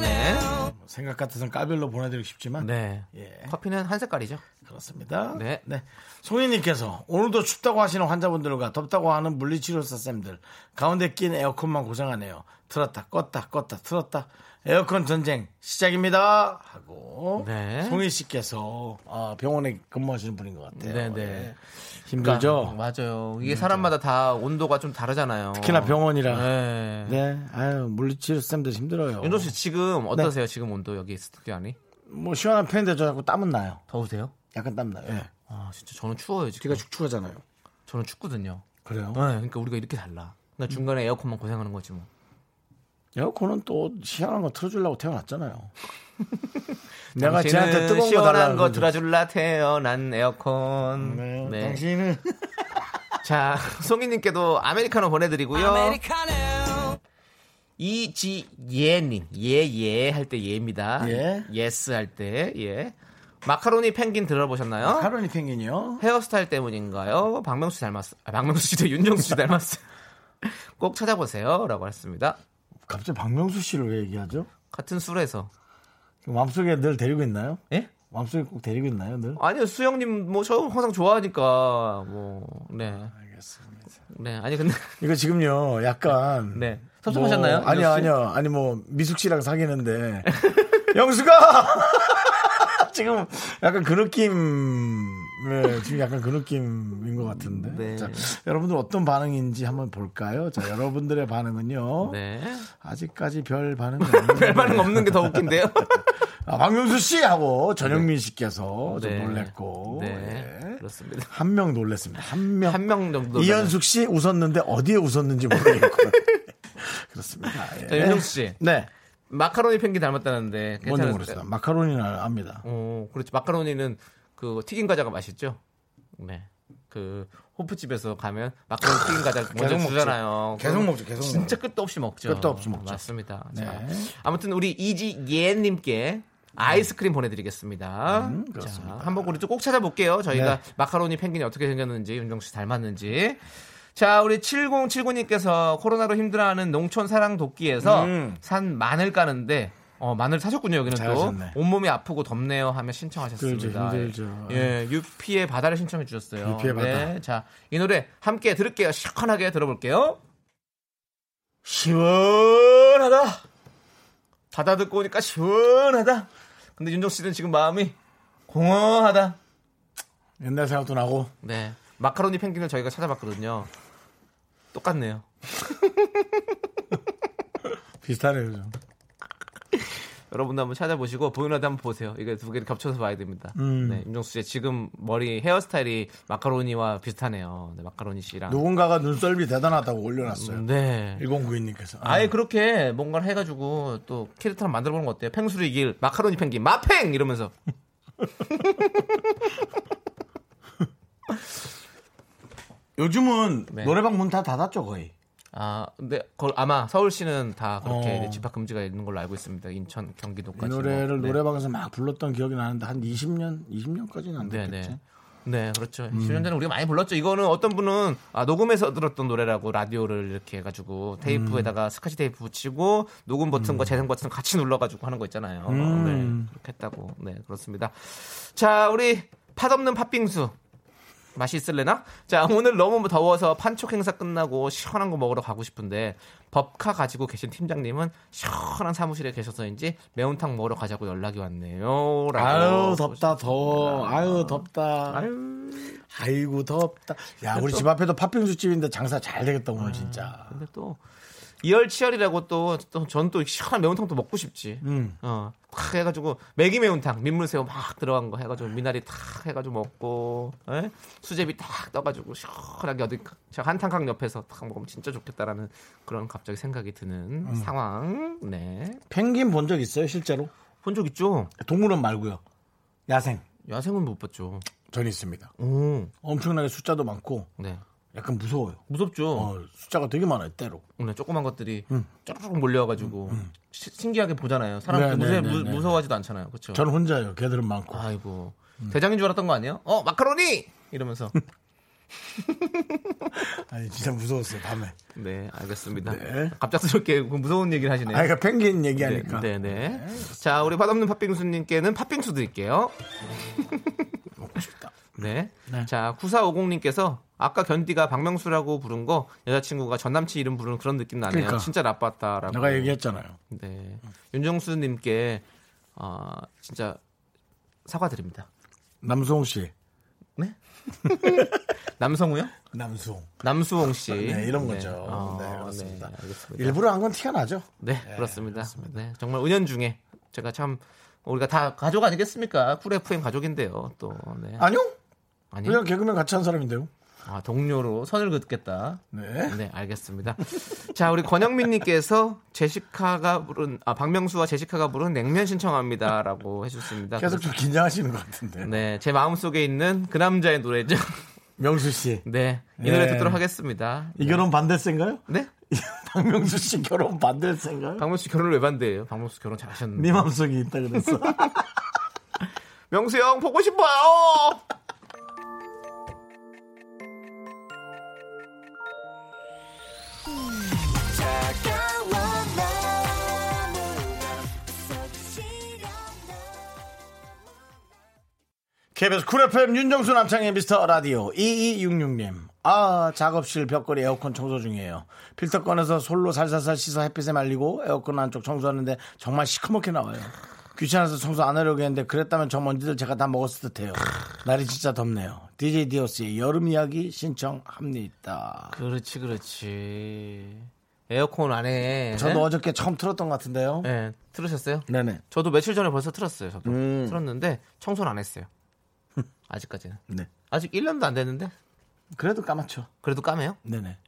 Speaker 2: 네.
Speaker 1: 뭐 생각 같아서는 깔별로 보내드리고 싶지만.
Speaker 2: 네.
Speaker 1: 예.
Speaker 2: 커피는 한 색깔이죠.
Speaker 1: 그렇습니다.
Speaker 2: 네.
Speaker 1: 송희님께서 오늘도 춥다고 하시는 환자분들과 덥다고 하는 물리치료사 쌤들 가운데 낀 에어컨만 고생하네요. 틀었다 껐다 껐다 틀었다 에어컨 전쟁 시작입니다 하고
Speaker 2: 네.
Speaker 1: 송희 씨께서 아, 병원에 근무하시는 분인 것 같아요.
Speaker 2: 네, 네.
Speaker 1: 예. 힘들죠.
Speaker 2: 맞아요. 이게 사람마다 다 온도가 좀 다르잖아요.
Speaker 1: 특히나 병원이라. 네.
Speaker 2: 어. 네.
Speaker 1: 아유 물리치료 쌤들 힘들어요.
Speaker 2: 윤종 씨 지금
Speaker 1: 네.
Speaker 2: 어떠세요? 지금 온도 여기 스튜디오 안이
Speaker 1: 뭐 시원한 편인데 저 자꾸 땀은 나요.
Speaker 2: 더우세요?
Speaker 1: 약간 땀 나요. 예.
Speaker 2: 아 진짜 저는 추워요 지금.
Speaker 1: 귀가 어? 축축하잖아요.
Speaker 2: 저는 춥거든요.
Speaker 1: 그래요?
Speaker 2: 네, 그러니까 우리가 이렇게 달라. 그러니까 중간에 에어컨만 고생하는 거지 뭐.
Speaker 1: 에어컨은 또 시원한 거 틀어주려고 태어났잖아요. 내가
Speaker 2: 당신은
Speaker 1: 쟤한테 뜨거운 거
Speaker 2: 시원한
Speaker 1: 달라는
Speaker 2: 거
Speaker 1: 거
Speaker 2: 들어줄라 태어난 에어컨.
Speaker 1: 네. 당신은
Speaker 2: 자, 송이님께도 아메리카노 보내드리고요. 이지예님, 예예 할 때 예입니다.
Speaker 1: 예.
Speaker 2: 예스 할 때 예. 마카로니 펭귄 들어보셨나요?
Speaker 1: 카로니 펭귄이요.
Speaker 2: 헤어스타일 때문인가요? 박명수 닮았어. 아, 박명수 씨도 윤정수 씨 닮았어요. 꼭 찾아보세요라고 했습니다.
Speaker 1: 갑자기 박명수 씨를 왜 얘기하죠?
Speaker 2: 같은 술에서.
Speaker 1: 마음속에 늘 데리고 있나요?
Speaker 2: 예?
Speaker 1: 마음속에 꼭 데리고 있나요? 늘?
Speaker 2: 아니요 수영님 뭐 저 항상 좋아하니까 뭐 네.
Speaker 1: 알겠습니다.
Speaker 2: 네 아니 근데
Speaker 1: 이거 지금요 약간
Speaker 2: 네 섭섭하셨나요?
Speaker 1: 뭐, 아니요
Speaker 2: 윤정수 씨?
Speaker 1: 아니요 아니 뭐 미숙 씨랑 사귀는데 영수가 지금 약간 그 느낌 네, 지금 약간 그 느낌인 것 같은데
Speaker 2: 네.
Speaker 1: 자, 여러분들 어떤 반응인지 한번 볼까요? 자 여러분들의 반응은요
Speaker 2: 네.
Speaker 1: 아직까지 별 반응이 없는
Speaker 2: 별 반응 없는 게 더 웃긴데요. 네.
Speaker 1: 아, 박명수 씨하고 전영민 씨께서 좀
Speaker 2: 네.
Speaker 1: 놀랬고
Speaker 2: 네.
Speaker 1: 예.
Speaker 2: 그렇습니다.
Speaker 1: 한 명 놀랬습니다. 한 명.
Speaker 2: 한 명 정도.
Speaker 1: 이현숙 씨 웃었는데 어디에 웃었는지 모르겠고 그렇습니다. 예.
Speaker 2: 자, 윤정수 씨.
Speaker 1: 네.
Speaker 2: 마카로니 펭귄 닮았다는데
Speaker 1: 뭔지
Speaker 2: 괜찮으세요?
Speaker 1: 모르겠어요. 마카로니는 압니다.
Speaker 2: 어, 그렇죠. 마카로니는 그 튀김 과자가 맛있죠. 네. 그 호프집에서 가면 마카로니 튀김 과자 먼저
Speaker 1: 먹죠.
Speaker 2: 주잖아요.
Speaker 1: 계속
Speaker 2: 그럼
Speaker 1: 먹죠, 계속
Speaker 2: 진짜 끝도 없이 먹죠.
Speaker 1: 끝도 없이 먹죠.
Speaker 2: 맞습니다.
Speaker 1: 네.
Speaker 2: 자, 아무튼 우리 이지예님께 아이스크림 보내드리겠습니다. 자, 한번 우리 또 꼭 찾아볼게요. 저희가
Speaker 1: 음, 네.
Speaker 2: 마카로니 펭귄이 어떻게 생겼는지 윤정수 씨 닮았는지. 자, 우리 7079님께서 코로나로 힘들어하는 농촌 사랑 돕기에서 산 마늘 까는데 어, 마늘 사셨군요, 여기는 또.
Speaker 1: 음. 잘하셨네.
Speaker 2: 온몸이 아프고 덥네요 하며 신청하셨습니다.
Speaker 1: 힘들죠, 힘들죠.
Speaker 2: 예, 유피의 바다를 신청해 주셨어요.
Speaker 1: 유피의 바다.
Speaker 2: 네, 자, 이 노래 함께 들을게요. 시원하게 들어볼게요.
Speaker 1: 시원하다.
Speaker 2: 바다 듣고 오니까 시원하다. 근데 윤정 씨는 지금 마음이 공허하다.
Speaker 1: 옛날 생각도 나고
Speaker 2: 네. 마카로니 펭귄을 저희가 찾아봤거든요. 똑같네요.
Speaker 1: 비슷하네요. 좀.
Speaker 2: 여러분도 한번 찾아보시고 보이라도 한번 보세요. 이게 두 개를 겹쳐서 봐야 됩니다.
Speaker 1: 음.
Speaker 2: 네, 윤정수 씨 지금 머리 헤어스타일이 마카로니와 비슷하네요. 네, 마카로니 씨랑.
Speaker 1: 누군가가 눈썰미 대단하다고 올려놨어요.
Speaker 2: 네.
Speaker 1: 1092님께서. 음.
Speaker 2: 아예 그렇게 뭔가를 해가지고 또 캐릭터를 만들어보는 거 어때요? 팽수리 길 마카로니 펭귄 마팽 이러면서
Speaker 1: 요즘은
Speaker 2: 네.
Speaker 1: 노래방 문 다 닫았죠, 거의.
Speaker 2: 아 근데 그걸 아마 서울시는 다 그렇게
Speaker 1: 어.
Speaker 2: 이제 집합 금지가 있는 걸로 알고 있습니다. 인천 경기도까지
Speaker 1: 이 노래를
Speaker 2: 뭐. 네.
Speaker 1: 노래방에서 막 불렀던 기억이 나는데 한 20년, 20년까지는 안
Speaker 2: 네,
Speaker 1: 됐겠지.
Speaker 2: 네. 네, 그렇죠.
Speaker 1: 음.
Speaker 2: 10년 전에 우리가 많이 불렀죠. 이거는 어떤 분은 아, 녹음해서 들었던 노래라고 라디오를 이렇게 해가지고 테이프에다가
Speaker 1: 음.
Speaker 2: 스카치 테이프 붙이고 녹음 버튼과 뭐 재생 버튼 같이 눌러가지고 하는 거 있잖아요.
Speaker 1: 음.
Speaker 2: 네, 그렇게 했다고. 네, 그렇습니다. 자, 우리 팥 없는 팥빙수. 맛이 있을래나? 자, 오늘 너무 더워서 판촉 행사 끝나고 시원한 거 먹으러 가고 싶은데 법카 가지고 계신 팀장님은 시원한 사무실에 계셔서인지 매운탕 먹으러 가자고 연락이 왔네요. 라고
Speaker 1: 아유, 덥다, 더워. 어, 아유, 덥다.
Speaker 2: 아유.
Speaker 1: 아이고, 덥다. 음. 야, 우리 집 앞에도 팥빙수 집인데 장사 잘 되겠다, 오늘 진짜.
Speaker 2: 근데 또 이열치열이라고 또전또 시원한 매운탕도 먹고 싶지.
Speaker 1: 음.
Speaker 2: 어, 탁 해가지고 매기 매운탕 민물새우 막 들어간 거 해가지고 미나리 탁 해가지고 먹고 에? 수제비 딱 떠가지고 시원하게 어디 저 한탕강 옆에서 탁 먹으면 진짜 좋겠다라는 그런 갑자기 생각이 드는
Speaker 1: 음.
Speaker 2: 상황. 네,
Speaker 1: 펭귄 본 적 있어요, 실제로?
Speaker 2: 본 적 있죠?
Speaker 1: 동물원 말고요. 야생.
Speaker 2: 야생은 못 봤죠.
Speaker 1: 전 있습니다.
Speaker 2: 오,
Speaker 1: 엄청나게 숫자도 많고
Speaker 2: 네,
Speaker 1: 약간 무서워요.
Speaker 2: 무섭죠.
Speaker 1: 어, 숫자가 되게 많아요, 때로.
Speaker 2: 오늘 조그만 것들이 쪼르륵 몰려와가지고 시- 신기하게 보잖아요. 사람
Speaker 1: 음, 네,
Speaker 2: 무서워,
Speaker 1: 네, 네, 네.
Speaker 2: 무서워하지도 않잖아요. 그렇죠?
Speaker 1: 저는 혼자예요. 걔들은 많고.
Speaker 2: 아이고
Speaker 1: 음.
Speaker 2: 대장인 줄 알았던 거 아니에요? 어 마카로니 이러면서
Speaker 1: 아니, 진짜 무서웠어요, 밤에.
Speaker 2: 네 알겠습니다.
Speaker 1: 네.
Speaker 2: 갑작스럽게 그 무서운 얘기를 하시네요.
Speaker 1: 아, 그러니까 펭귄
Speaker 2: 네,
Speaker 1: 얘기하니까.
Speaker 2: 네, 네. 자, 우리 팥없는 팥빙수님께는 팥빙수 드릴게요.
Speaker 1: 먹고 싶다.
Speaker 2: 네.
Speaker 1: 네.
Speaker 2: 자, 9450님께서 아까 견디가 박명수라고 부른 거 여자친구가 전남친 이름 부르는 그런 느낌 나네요.
Speaker 1: 그러니까.
Speaker 2: 진짜 나빴다라고.
Speaker 1: 내가 얘기했잖아요.
Speaker 2: 네. 윤정수님께 아 진짜 사과드립니다.
Speaker 1: 남수홍 씨.
Speaker 2: 네? 남성우요?
Speaker 1: 남수홍.
Speaker 2: 남수홍 씨.
Speaker 1: 네, 이런
Speaker 2: 네.
Speaker 1: 거죠.
Speaker 2: 어,
Speaker 1: 네, 그렇습니다.
Speaker 2: 네, 알겠습니다.
Speaker 1: 일부러 한 건 티가 나죠?
Speaker 2: 네, 그렇습니다. 네, 정말 은연중에 제가 참 우리가 다 가족 아니겠습니까? 쿨 FM 가족인데요. 또 네.
Speaker 1: 아니요.
Speaker 2: 아니,
Speaker 1: 그냥 개그맨 같이 한 사람인데요.
Speaker 2: 아, 동료로 선을 긋겠다.
Speaker 1: 네.
Speaker 2: 네, 알겠습니다. 자, 우리 권영민님께서 제시카가 부른 아 박명수와 제시카가 부른 냉면 신청합니다라고 해주셨습니다.
Speaker 1: 계속 좀 긴장하시는 것 같은데.
Speaker 2: 네, 제 마음 속에 있는 그 남자의 노래죠.
Speaker 1: 명수 씨.
Speaker 2: 네, 이 노래
Speaker 1: 네.
Speaker 2: 듣도록 하겠습니다.
Speaker 1: 이 결혼 반대세인가요?
Speaker 2: 네,
Speaker 1: 박명수 씨 결혼 반대세인가요?
Speaker 2: 박명수 씨 결혼을 왜 반대해요? 박명수 결혼 잘하셨는데.
Speaker 1: 네 맘속에 있다 그랬어.
Speaker 2: 명수 형 보고 싶어요.
Speaker 1: KBS 쿨 FM 윤정수 남창의 미스터 라디오 2266님. 아, 작업실 벽걸이 에어컨 청소 중이에요. 필터 꺼내서 솔로 살살살 씻어 햇빛에 말리고 에어컨 안쪽 청소하는데 정말 시커멓게 나와요. 귀찮아서 청소 안 하려고 했는데 그랬다면 저 먼지들 제가 다 먹었을 듯해요. 날이 진짜 덥네요. DJ 디오스의 여름 이야기 신청합니다.
Speaker 2: 그렇지 그렇지 에어컨 안에
Speaker 1: 저도
Speaker 2: 네?
Speaker 1: 어저께 처음 틀었던 것 같은데요.
Speaker 2: 네, 틀으셨어요?
Speaker 1: 네네.
Speaker 2: 저도 며칠 전에 벌써 틀었어요 저도
Speaker 1: 음.
Speaker 2: 틀었는데 청소는 안 했어요 아직까지는
Speaker 1: 네.
Speaker 2: 아직 1년도 안 됐는데
Speaker 1: 그래도 까맣죠.
Speaker 2: 그래도 까매요?
Speaker 1: 네네.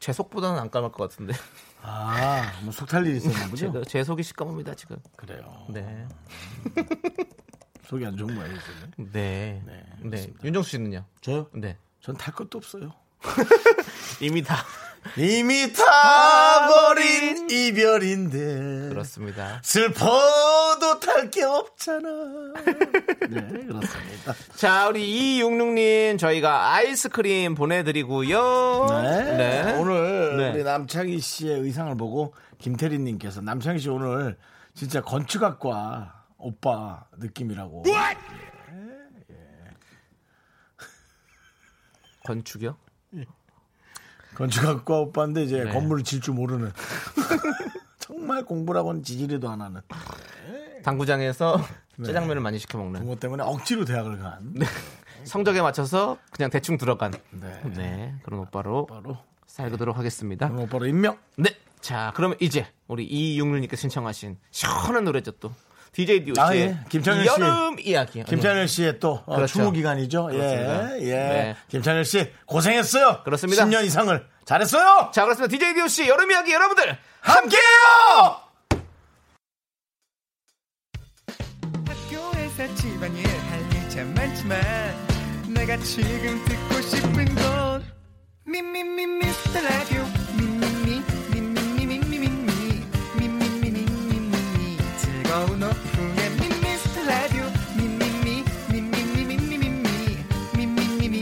Speaker 2: 제 속보다는 안 까맬 것 같은데
Speaker 1: 아, 뭐 속탈 일이 있었나 보죠?
Speaker 2: 제가 제 속이 시꺼멉니다 지금
Speaker 1: 그래요.
Speaker 2: 네.
Speaker 1: 속이 안 좋은 거예요, 지금.
Speaker 2: 네. 네. 윤정수 씨는요?
Speaker 1: 저요?
Speaker 2: 네.
Speaker 1: 전 탈 것도 없어요.
Speaker 2: 이미 다
Speaker 1: 이미 타버린 이별인데.
Speaker 2: 그렇습니다.
Speaker 1: 슬퍼도 탈 게 없잖아. 네, 그렇습니다.
Speaker 2: 자, 우리 266님 저희가 아이스크림 보내 드리고요.
Speaker 1: 네. 오늘
Speaker 2: 네.
Speaker 1: 우리 남창희 씨의 의상을 보고 김태리 님께서 남창희 씨 오늘 진짜 건축학과 오빠 느낌이라고.
Speaker 2: 건축이요?
Speaker 1: 건축학과 오빠인데 이제
Speaker 2: 네.
Speaker 1: 건물을 질 줄 모르는. 정말 공부라고는 지지리도 안 하는.
Speaker 2: 당구장에서
Speaker 1: 네.
Speaker 2: 짜장면을 많이 시켜 먹는
Speaker 1: 부모 때문에 억지로 대학을 간.
Speaker 2: 성적에 맞춰서 그냥 대충 들어간
Speaker 1: 네.
Speaker 2: 네, 그런 오빠로
Speaker 1: 바로 네.
Speaker 2: 살그도록 하겠습니다.
Speaker 1: 그런 오빠로 임명.
Speaker 2: 네 자, 그러면 이제 우리 이육률님께 신청하신 시원한 노래죠 또 DJ DOC의
Speaker 1: 아, 예. 김창현 씨.
Speaker 2: 여름 이야기.
Speaker 1: 김찬열 씨의 또 어,
Speaker 2: 그렇죠.
Speaker 1: 추모 기간이죠.
Speaker 2: 그렇습니다.
Speaker 1: 예, 예.
Speaker 2: 네.
Speaker 1: 김찬열 씨 고생했어요.
Speaker 2: 그렇습니다.
Speaker 1: 10년 이상을 잘했어요.
Speaker 2: 자, 그렇습니다. DJ DOC 여름 이야기 여러분들
Speaker 1: 함께해요.
Speaker 6: 학교에서 집안일 할 일 참 많지만 내가 지금 듣고 싶은 건 미미미 미스터 라디오 미미미 미미미 미미미 미미미 미미미 즐거운 오후에 미스터 라디오 미미미 미미미 미미미 미미미 미미미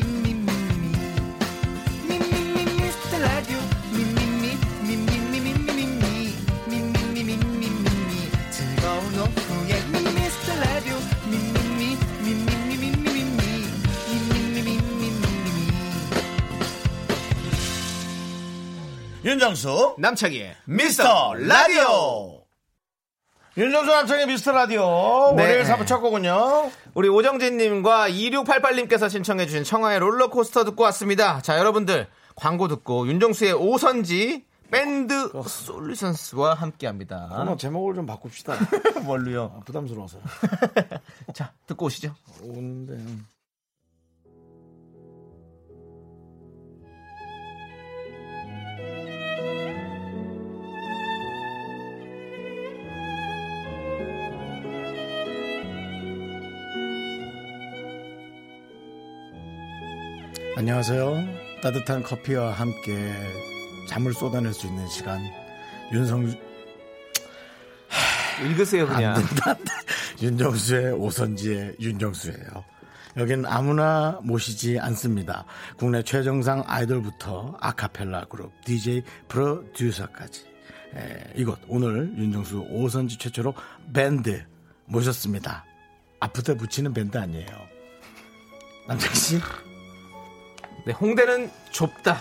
Speaker 1: 윤정수
Speaker 2: 남창희의
Speaker 1: 미스터 라디오. 윤정수 남창의 미스터 라디오 월요일
Speaker 2: 네.
Speaker 1: 사부 첫 곡은요.
Speaker 2: 우리 오정진님과 2688님께서 신청해주신 청하의 롤러코스터 듣고 왔습니다. 자, 여러분들 광고 듣고 윤정수의 오선지 밴드 솔루션스와 함께합니다.
Speaker 1: 어, 제목을 좀 바꿉시다. 뭘로요? 부담스러워서.
Speaker 2: 자, 듣고 오시죠.
Speaker 1: 오는데. 안녕하세요. 따뜻한 커피와 함께 잠을 쏟아낼 수 있는 시간 윤성
Speaker 2: 읽으세요, 그냥.
Speaker 1: 윤정수의 오선지의 윤정수예요. 여긴 아무나 모시지 않습니다. 국내 최정상 아이돌부터 아카펠라 그룹, DJ 프로듀서까지. 에, 이곳 오늘 윤정수 오선지 최초로 밴드 모셨습니다. 아프다 붙이는 밴드 아니에요. 남창 씨,
Speaker 2: 네, 홍대는 좁다.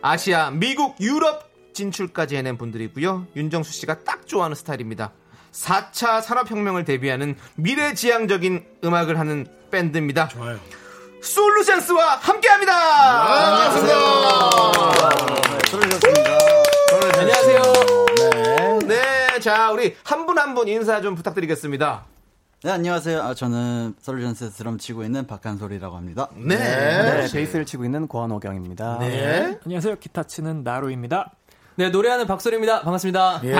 Speaker 2: 아시아, 미국, 유럽 진출까지 해낸 분들이고요. 윤정수 씨가 딱 좋아하는 스타일입니다. 4차 산업혁명을 대비하는 미래지향적인 음악을 하는 밴드입니다. 좋아요. 솔루션스와 함께합니다. 안녕하세요. 안녕하세요. 네, 자 우리 한 분 한 분 인사 좀 부탁드리겠습니다.
Speaker 7: 네, 안녕하세요. 아, 저는 솔루션스 드럼 치고 있는 박한솔이라고 합니다.
Speaker 2: 네, 네,
Speaker 8: 베이스를 치고 있는 고한호경입니다.
Speaker 9: 네. 안녕하세요. 기타 치는 나루입니다. 네, 노래하는 박솔입니다. 반갑습니다.
Speaker 2: 예.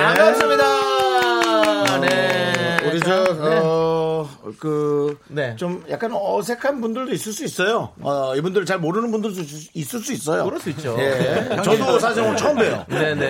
Speaker 2: 반갑습니다. 네,
Speaker 1: 어, 우리 어, 저그좀
Speaker 2: 네.
Speaker 1: 약간 어색한 분들도 있을 수 있어요. 어, 이분들을 잘 모르는 분들도 있- 있을 수 있어요.
Speaker 2: 그럴 수 있죠.
Speaker 1: 예. 저도 사실 오늘 처음 봬요.
Speaker 2: 네네.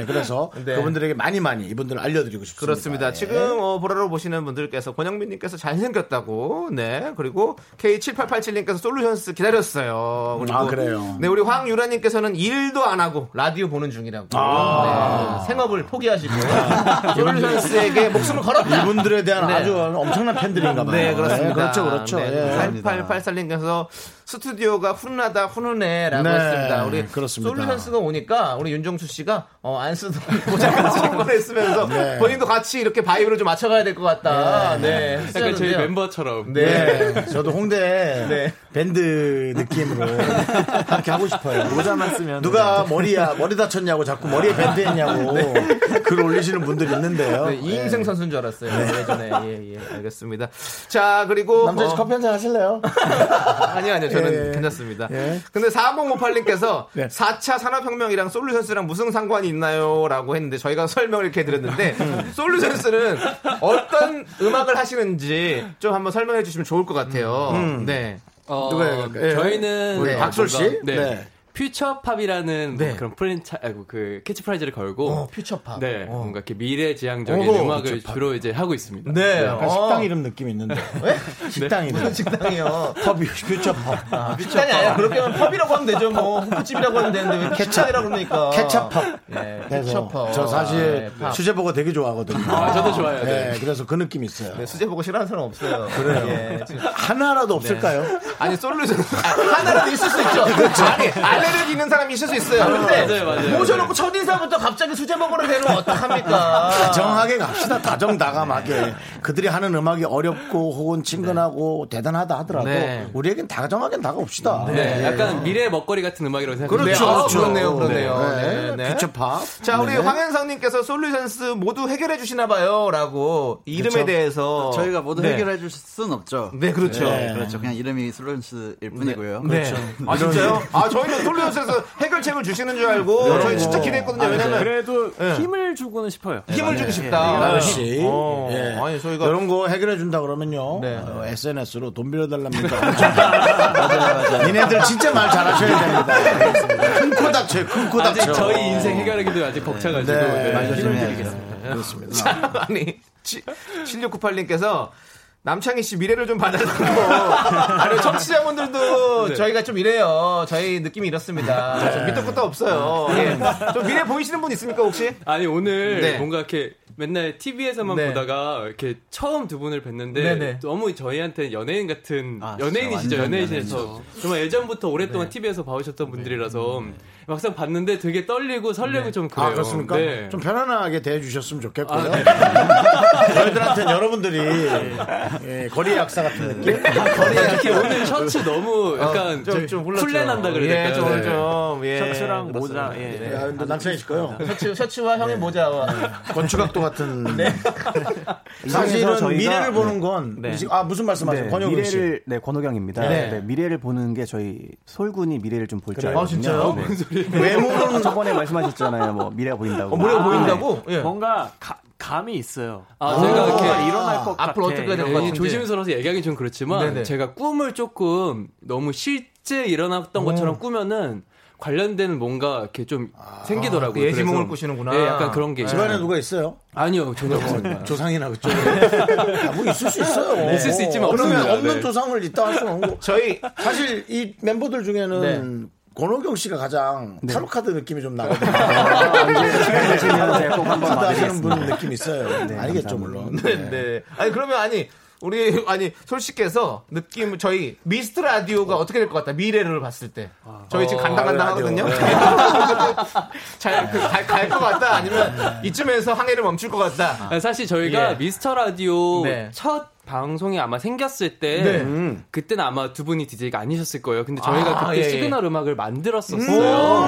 Speaker 1: 예, 그래서
Speaker 2: 네.
Speaker 1: 그분들에게 많이 많이 이분들을 알려드리고 싶습니다.
Speaker 2: 그렇습니다.
Speaker 9: 네.
Speaker 1: 예.
Speaker 2: 지금 어, 보라로 보시는 분들께서 권영민님께서 잘생겼다고, 네 그리고 K7887님께서 솔루션스 기다렸어요. 그리고
Speaker 1: 아, 그래요?
Speaker 2: 네 우리 황유라님께서는 일도 안 하고 라디오 보는 중이라고.
Speaker 8: 아.
Speaker 2: 네, 생업을 포기하시고
Speaker 1: 예,
Speaker 2: 솔루션스에게 목숨을 걸었다.
Speaker 1: 이분들에 대한
Speaker 2: 네.
Speaker 1: 아주 엄청난 팬들인가 봐요.
Speaker 2: 네 그렇습니다.
Speaker 1: 예, 그렇죠, 그렇죠. 예.
Speaker 2: 8884님께서 스튜디오가 훈훈하다 훈훈해라고
Speaker 1: 네,
Speaker 2: 했습니다. 우리
Speaker 1: 그렇습니다.
Speaker 2: 솔루션스가 오니까 우리 윤정수 씨가 어, 안 쓰던 모자를 쓰고 쓰면서
Speaker 1: 네.
Speaker 2: 본인도 같이 이렇게 바이브를 좀 맞춰가야 될 것 같다. 네.
Speaker 9: 약간 저희
Speaker 2: 했었는데요.
Speaker 9: 멤버처럼.
Speaker 2: 네.
Speaker 1: 네, 저도 홍대
Speaker 2: 네.
Speaker 1: 밴드 느낌으로 함께 하고 싶어요.
Speaker 9: 모자만 쓰면.
Speaker 1: 누가 머리야 머리 다쳤냐고 자꾸 머리에 밴드 했냐고 글 올리시는 분들이 있는데요.
Speaker 2: 네, 이인생 선수인 줄 알았어요. 예전에. 예, 예. 알겠습니다. 자, 그리고.
Speaker 1: 남자 씨
Speaker 2: 어,
Speaker 1: 커피 한잔 하실래요?
Speaker 2: 아니요, 아니요. 저는
Speaker 1: 예, 예.
Speaker 2: 괜찮습니다.
Speaker 1: 예.
Speaker 2: 근데 4058님께서
Speaker 1: 네.
Speaker 2: 4차 산업혁명이랑 솔루션스랑 무슨 상관이 있나요? 라고 했는데 저희가 설명을 이렇게 드렸는데 솔루션스는 어떤 음악을 하시는지 좀 한번 설명해 주시면 좋을 것 같아요. 네.
Speaker 9: 어,
Speaker 1: 음, 누가 해야 될까요? 예.
Speaker 9: 저희는
Speaker 2: 우리
Speaker 9: 어,
Speaker 1: 박솔 씨?
Speaker 9: 뭔가, 네.
Speaker 1: 네.
Speaker 9: 퓨처팝이라는
Speaker 2: 네.
Speaker 9: 그런 프랜차 아이고 그 캐치프라이즈를 걸고
Speaker 2: 어, 퓨처팝.
Speaker 9: 네.
Speaker 2: 어.
Speaker 9: 뭔가 이렇게 미래지향적인
Speaker 2: 어,
Speaker 9: 음악을 주로 이제 하고 있습니다.
Speaker 2: 네.
Speaker 1: 약간
Speaker 2: 어. 네.
Speaker 1: 식당 이름 느낌 있는데. 식당 이름.
Speaker 2: 식당이요.
Speaker 1: 펍이 퓨처펍.
Speaker 2: 식당이 아니라 그렇게 하면 펍이라고 하면 되죠. 뭐 호프집이라고 하면 되는데 왜 케찹이라고 그러니까.
Speaker 1: 케찹펍.
Speaker 2: 네,
Speaker 1: 그래서
Speaker 2: 케찹.
Speaker 1: 저
Speaker 2: 네,
Speaker 1: 사실
Speaker 2: 팝.
Speaker 1: 수제 보고 되게 좋아하거든요.
Speaker 9: 아, 저도 좋아요. 네.
Speaker 1: 네, 그래서 그 느낌 있어요.
Speaker 2: 네, 수제 보고 싫어하는 사람 없어요. 예. 그래요.
Speaker 1: 하나라도 없을까요?
Speaker 9: 그렇죠.
Speaker 2: 아니 솔루션 아, 하나라도 있을 수 있죠. 아니 알레르기 있는 사람이 사람이 있을 수 있어요.
Speaker 9: 네,
Speaker 2: 근데 모셔놓고 첫인사부터 갑자기 수제 먹으러 데리면 어떡합니까?
Speaker 1: 다정하게 갑시다. 다정다감하게. 그들이 하는 음악이 어렵고 혹은 친근하고 대단하다 하더라도
Speaker 2: 네.
Speaker 1: 우리에겐 다정하게 다가옵시다.
Speaker 9: 네,
Speaker 1: 예.
Speaker 9: 약간 미래의 먹거리 같은 음악이라고 생각합니다.
Speaker 2: 그렇죠.
Speaker 9: 네, 아,
Speaker 2: 그렇죠. 그렇네요. 그렇네요.
Speaker 1: 네.
Speaker 2: 네, 네.
Speaker 1: 퓨처팝.
Speaker 2: 자, 우리
Speaker 1: 네.
Speaker 2: 황현상님께서 솔루션스 모두 해결해 주시나 봐요라고 이름에
Speaker 1: 그렇죠.
Speaker 2: 대해서
Speaker 7: 저희가 모두
Speaker 2: 네.
Speaker 7: 해결해 주실 수는 없죠.
Speaker 2: 네, 그렇죠.
Speaker 7: 네, 그렇죠. 그냥 이름이 슬런스일 뿐이고요.
Speaker 2: 네. 아 진짜요? 아 저희는 솔루션스에서 해결책을 주시는 줄 알고
Speaker 7: 네.
Speaker 2: 저희 진짜 기대했거든요. 왜냐면
Speaker 9: 아,
Speaker 2: 네.
Speaker 9: 네. 그래도 힘을 주고는 싶어요. 네.
Speaker 2: 힘을
Speaker 7: 네.
Speaker 2: 주고 싶다.
Speaker 1: 아저씨.
Speaker 2: 어,
Speaker 1: 예.
Speaker 2: 아니 저희가
Speaker 1: 이런 거 해결해 준다 그러면요. 어,
Speaker 2: 네.
Speaker 1: SNS로 돈 빌려달랍니다. 니네들 진짜 말 잘하셔야 됩니다. 큰 코 닥쳐요. 큰 코
Speaker 9: 아직 네,
Speaker 1: 닥쳐.
Speaker 9: 저희 인생 해결하기도 아직 벅차가지고
Speaker 1: 그렇죠. 네.
Speaker 9: 네.
Speaker 1: 많이
Speaker 9: 힘을
Speaker 7: 조심해야죠.
Speaker 9: 드리겠습니다.
Speaker 2: 아니 7698님께서 남창희 씨 미래를 좀 받아달라고. 아니, 청취자분들도
Speaker 1: 네.
Speaker 2: 저희가 좀 이래요. 저희 느낌이 이렇습니다. 좀 밑도 끝도 없어요. 예. 좀 미래 보이시는 분 있습니까, 혹시?
Speaker 9: 아니 오늘
Speaker 2: 네.
Speaker 9: 뭔가 이렇게 맨날 TV에서만
Speaker 2: 네.
Speaker 9: 보다가 이렇게 처음 두 분을 뵀는데
Speaker 2: 네네.
Speaker 9: 너무 저희한테 연예인 같은
Speaker 7: 아, 진짜
Speaker 9: 연예인이시죠
Speaker 7: 완전
Speaker 9: 연예인이셔서 정말 예전부터 오랫동안 TV에서 봐오셨던 분들이라서 막상 봤는데 되게 떨리고 설레고 좀 그래요.
Speaker 1: 아, 그렇습니까?
Speaker 9: 네.
Speaker 1: 좀 편안하게 대해주셨으면 좋겠고요.
Speaker 8: 아, 네.
Speaker 1: 저희들한테는 여러분들이 예, 거리 약사 같은
Speaker 8: 네. 아,
Speaker 1: 느낌? 아,
Speaker 9: 특히 오늘 셔츠 너무 약간
Speaker 2: 아, 좀, 좀 홀랐죠.
Speaker 9: 훈련한다 그래야 될까요?
Speaker 2: 예, 좀,
Speaker 9: 네.
Speaker 2: 좀, 예.
Speaker 8: 셔츠랑 모자,
Speaker 2: 그렇습니다.
Speaker 8: 예.
Speaker 1: 아, 근데 남창희 씨가요.
Speaker 8: 네.
Speaker 2: 셔츠, 셔츠와
Speaker 1: 네.
Speaker 2: 형의 모자와. 예.
Speaker 1: 건축학도 같은.
Speaker 8: 네.
Speaker 1: 사실은
Speaker 8: 이상해서 저희가-
Speaker 1: 미래를 보는 건
Speaker 8: 네.
Speaker 1: 지금- 아 무슨 말씀하세요?
Speaker 8: 네,
Speaker 1: 권혁은 씨.
Speaker 8: 미래를 네 권호경입니다.
Speaker 1: 네.
Speaker 8: 네. 미래를 보는 게 저희 솔군이 미래를 좀 볼 줄
Speaker 1: 그래요?
Speaker 8: 알거든요.
Speaker 1: 아, 진짜요?
Speaker 8: 네.
Speaker 1: 외모는
Speaker 8: 저번에 말씀하셨잖아요. 뭐 미래가 보인다고. 네.
Speaker 2: 모래가 어, 보인다고? 예.
Speaker 10: 뭔가 가- 감이 있어요.
Speaker 9: 아, 제가 이렇게
Speaker 10: 뭔가 일어날 것
Speaker 2: 앞으로
Speaker 10: 같아.
Speaker 2: 어떻게 해야
Speaker 8: 예,
Speaker 2: 될것
Speaker 9: 네,
Speaker 2: 같은데.
Speaker 9: 조심스러워서 얘기하기 좀 그렇지만
Speaker 2: 예, 네네.
Speaker 9: 제가 꿈을 조금 너무 실제 일어났던 것처럼 꾸면은 관련된 뭔가 이렇게 좀 생기더라고요.
Speaker 2: 그 예지몽을
Speaker 9: 그래서,
Speaker 2: 꾸시는구나.
Speaker 9: 예, 약간 그런 게
Speaker 1: 집안에
Speaker 8: 네.
Speaker 9: 있어요.
Speaker 1: 누가 있어요?
Speaker 9: 아니요, 전혀 없습니다.
Speaker 1: 어, 조상이나 그쪽에. 아, 뭐 있을 수 있어요.
Speaker 9: 있을 수 있지만
Speaker 1: 그러면
Speaker 9: 없습니다.
Speaker 1: 없는
Speaker 9: 네.
Speaker 1: 조상을 있다 할 수는 없고.
Speaker 2: 저희
Speaker 1: 사실 이 멤버들 중에는 권호경 씨가 가장 타로카드 느낌이 좀 나거든요.
Speaker 8: 제가 꼭 한번
Speaker 1: 타로카드 하시는
Speaker 8: 봐드리겠습니다.
Speaker 1: 분 느낌 있어요. 알겠죠, 물론.
Speaker 2: 네. 네. 아니 그러면 아니 우리 아니 솔직해서 느낌 저희 미스트 라디오가 어. 떻게 될 것 같다 미래를 봤을 때 저희 지금 간당간당 하거든요. 네. 잘갈것 같다 아니면 이쯤에서 항해를 멈출 것 같다.
Speaker 9: 아, 사실 저희가
Speaker 2: 예.
Speaker 9: 미스터 라디오
Speaker 2: 네.
Speaker 9: 첫 방송이 아마 생겼을 때
Speaker 2: 네.
Speaker 9: 음, 그때는 아마 두 분이 DJ가 아니셨을 거예요. 근데 저희가
Speaker 2: 아,
Speaker 9: 그때
Speaker 2: 예, 예.
Speaker 9: 시그널 음악을 만들었었어요.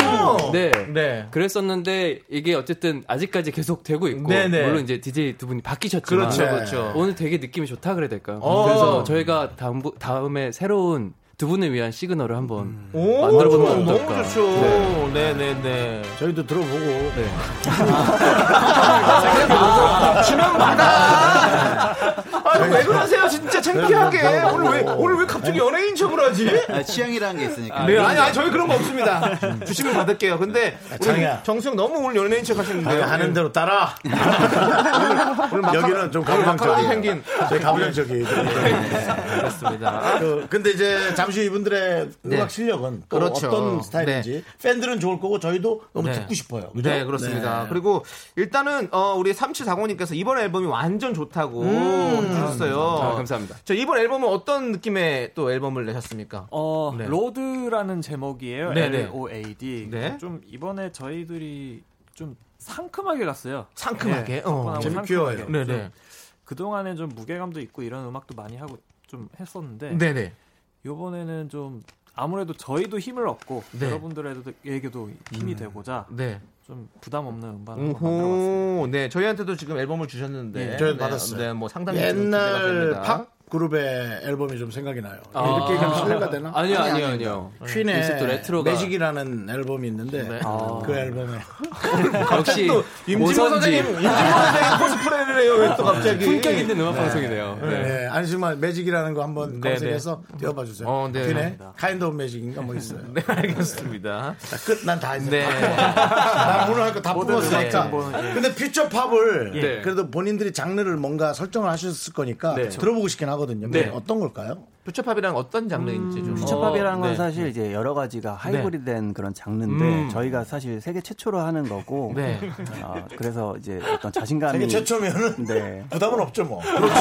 Speaker 2: 오!
Speaker 9: 네.
Speaker 2: 네.
Speaker 9: 그랬었는데 이게 어쨌든 아직까지 계속 되고 있고
Speaker 2: 네네.
Speaker 9: 물론 이제 DJ 두 분이 바뀌셨지만
Speaker 2: 그렇죠, 그렇죠.
Speaker 9: 오늘 되게 느낌이 좋다 그래야 될까요?
Speaker 2: 어.
Speaker 9: 그래서 저희가 다음 다음에 새로운 두 분을 위한 시그널을 한번
Speaker 2: 오,
Speaker 9: 만들어보면
Speaker 2: 너무
Speaker 9: 어떨까?
Speaker 2: 좋죠. 네네네.
Speaker 1: 저희도 들어보고.
Speaker 2: 아, 왜 그러세요? 진짜 창피하게. 오늘 왜, 오늘 왜 갑자기 연예인 척을 하지?
Speaker 7: 아, 취향이라는 게 있으니까.
Speaker 2: 네, 아니, 아니, 저희 그런 거 없습니다. 주시면 받을게요. 근데,
Speaker 1: 네, 장이야.
Speaker 2: 우리 정수영 너무 오늘 연예인 척 하시는데요.
Speaker 1: 하는 대로 따라.
Speaker 2: 오늘 마카-
Speaker 1: 여기는 좀
Speaker 2: 오늘 마카로니
Speaker 1: 가부장적이에요.
Speaker 2: 펭귄.
Speaker 1: 저희 가부장적이에요.
Speaker 2: 그렇습니다.
Speaker 1: 그, 근데 이제 잠시 이분들의
Speaker 2: 네.
Speaker 1: 음악 실력은 또
Speaker 2: 그렇죠.
Speaker 1: 어떤 스타일인지
Speaker 2: 네.
Speaker 1: 팬들은 좋을 거고 저희도 너무
Speaker 2: 네.
Speaker 1: 듣고 싶어요. 그죠?
Speaker 2: 네, 그렇습니다.
Speaker 1: 네.
Speaker 2: 그리고 일단은 어, 우리 3740님께서 이번 앨범이 완전 좋다고 음. 하셨어요.
Speaker 9: 아, 감사합니다.
Speaker 2: 저 이번 앨범은 어떤 느낌의 또 앨범을 내셨습니까?
Speaker 10: 어,
Speaker 2: 네.
Speaker 10: 로드라는 제목이에요.
Speaker 2: 네네.
Speaker 10: LOAD.
Speaker 2: 네.
Speaker 10: 좀 이번에 저희들이 좀 상큼하게 갔어요.
Speaker 2: 상큼하게. 어.
Speaker 10: 뻔하고
Speaker 1: 재밌-
Speaker 10: 상큼하게.
Speaker 1: 귀여워요.
Speaker 2: 네,
Speaker 10: 좀
Speaker 2: 네.
Speaker 10: 그동안에 좀 무게감도 있고 이런 음악도 많이 하고 좀 했었는데
Speaker 2: 네, 네.
Speaker 10: 요번에는 좀 아무래도 저희도 힘을 얻고
Speaker 2: 네.
Speaker 10: 여러분들에게도 힘이 되고자
Speaker 2: 네.
Speaker 10: 좀 부담 없는
Speaker 1: 아,
Speaker 10: 음반을 만들어봤습니다.
Speaker 2: 오호. 네, 저희한테도 지금 앨범을 주셨는데.
Speaker 1: 예, 저희도
Speaker 2: 네,
Speaker 1: 받았어요.
Speaker 2: 네, 뭐 상당히 좀 기대가
Speaker 1: 옛날
Speaker 2: 됩니다.
Speaker 1: 팝 그룹의 앨범이 좀 생각이 나요.
Speaker 9: 아.
Speaker 1: 이렇게 얘기하면 실례가 되나?
Speaker 9: 아니요, 아니요, 아니요.
Speaker 1: 퀸의
Speaker 9: 요새 또 레트로가-
Speaker 1: 매직이라는 앨범이 있는데
Speaker 2: 네.
Speaker 1: 그 앨범에
Speaker 9: 역시
Speaker 2: 임진모
Speaker 9: 오선지
Speaker 2: 선생님, 임진모 선생님 코스프레를 해요. 왜 또 갑자기?
Speaker 9: 품격 있는 음악 방송이네요.
Speaker 1: 네. 아니 정말 매직이라는 거 한번
Speaker 2: 네,
Speaker 1: 검색해서 띄워봐 주세요.
Speaker 2: 어, 네.
Speaker 1: 퀸의 카인드 오브 매직인가 뭐 있어요.
Speaker 2: 네, 알겠습니다.
Speaker 1: 자, 끝. 난 다 했어.
Speaker 2: 네.
Speaker 1: 나 오늘 할거다 뽑았으니까.
Speaker 10: 한번,
Speaker 1: 근데 퓨처 팝을
Speaker 9: 네.
Speaker 1: 그래도 본인들이 장르를 뭔가 설정을 하셨을 거니까 뭐 들어보고 싶긴 하거든요. 어떤 걸까요?
Speaker 2: 퓨처팝이란 어떤 장르인지
Speaker 1: 음,
Speaker 2: 좀.
Speaker 8: 퓨처팝이라는 건
Speaker 2: 네.
Speaker 8: 사실 이제 여러 가지가
Speaker 9: 네.
Speaker 8: 하이브리드된 그런 장르인데
Speaker 2: 음.
Speaker 8: 저희가 사실 세계 최초로 하는 거고
Speaker 2: 네.
Speaker 8: 어, 그래서 이제 어떤 자신감이
Speaker 1: 세계 최초면은
Speaker 8: 네.
Speaker 1: 부담은 없죠 뭐. 그렇죠.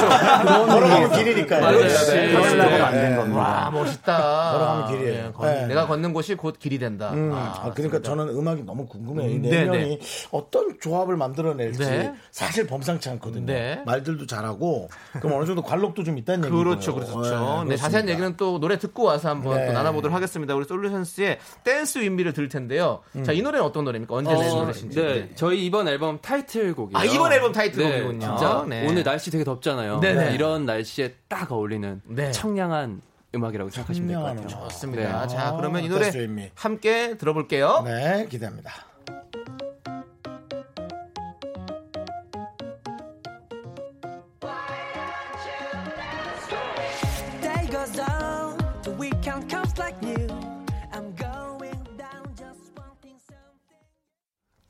Speaker 1: 걸어가면 길이니까요.
Speaker 2: 맞아요. 네.
Speaker 8: 걸으려고
Speaker 2: 네.
Speaker 8: 만든 겁니다.
Speaker 2: 와 멋있다.
Speaker 1: 걸어가면 길이에요.
Speaker 2: 예, 걷는-
Speaker 1: 네.
Speaker 2: 내가 걷는 곳이 곧 길이 된다.
Speaker 1: 음,
Speaker 2: 아,
Speaker 1: 아, 그러니까 저는 음악이 너무 궁금해요. 이
Speaker 2: 음,
Speaker 1: 네
Speaker 2: 네,
Speaker 1: 명이 어떤 조합을 만들어낼지
Speaker 2: 네.
Speaker 1: 사실 범상치 않거든요.
Speaker 2: 네.
Speaker 1: 말들도 잘하고 그럼 어느 정도 관록도 좀 있다는 얘기죠.
Speaker 2: 그렇죠, 그렇죠. 네, 자세한 얘기는 또 노래 듣고 와서 한번
Speaker 1: 네.
Speaker 2: 또 나눠보도록 하겠습니다. 우리 솔루션스의 댄스 윈비를 들을 텐데요.
Speaker 1: 음.
Speaker 2: 자, 이 노래는 어떤 노래입니까? 언제 낸
Speaker 9: 어,
Speaker 2: 노래신지.
Speaker 9: 네, 저희 이번 앨범 타이틀곡이에요.
Speaker 2: 네, 아, 이번 앨범
Speaker 9: 네,
Speaker 2: 타이틀곡이군요.
Speaker 9: 진짜
Speaker 2: 네.
Speaker 9: 오늘 날씨 되게 덥잖아요.
Speaker 2: 네네.
Speaker 9: 이런 날씨에 딱 어울리는
Speaker 2: 네.
Speaker 9: 청량한 음악이라고 생각하시면 될 것 같아요.
Speaker 2: 좋습니다.
Speaker 1: 네.
Speaker 2: 자, 그러면 이
Speaker 1: 아,
Speaker 2: 노래
Speaker 1: 댄스 윈미.
Speaker 2: 함께 들어볼게요.
Speaker 1: 네, 기대합니다.
Speaker 3: Day goes on, the weekend comes like new. I'm going down, just wanting something.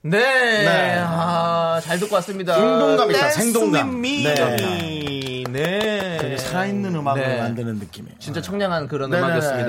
Speaker 2: 네.
Speaker 1: 네.
Speaker 2: 아, 잘 듣고 왔습니다.
Speaker 1: 생동감 있다,
Speaker 2: 댄스
Speaker 1: 생동감.
Speaker 2: with me.
Speaker 1: 네.
Speaker 2: 네.
Speaker 1: 되게 살아있는 음악을
Speaker 2: 네.
Speaker 1: 만드는 느낌이에요.
Speaker 2: 진짜 청량한 그런
Speaker 1: 네네네,
Speaker 2: 음악이었습니다.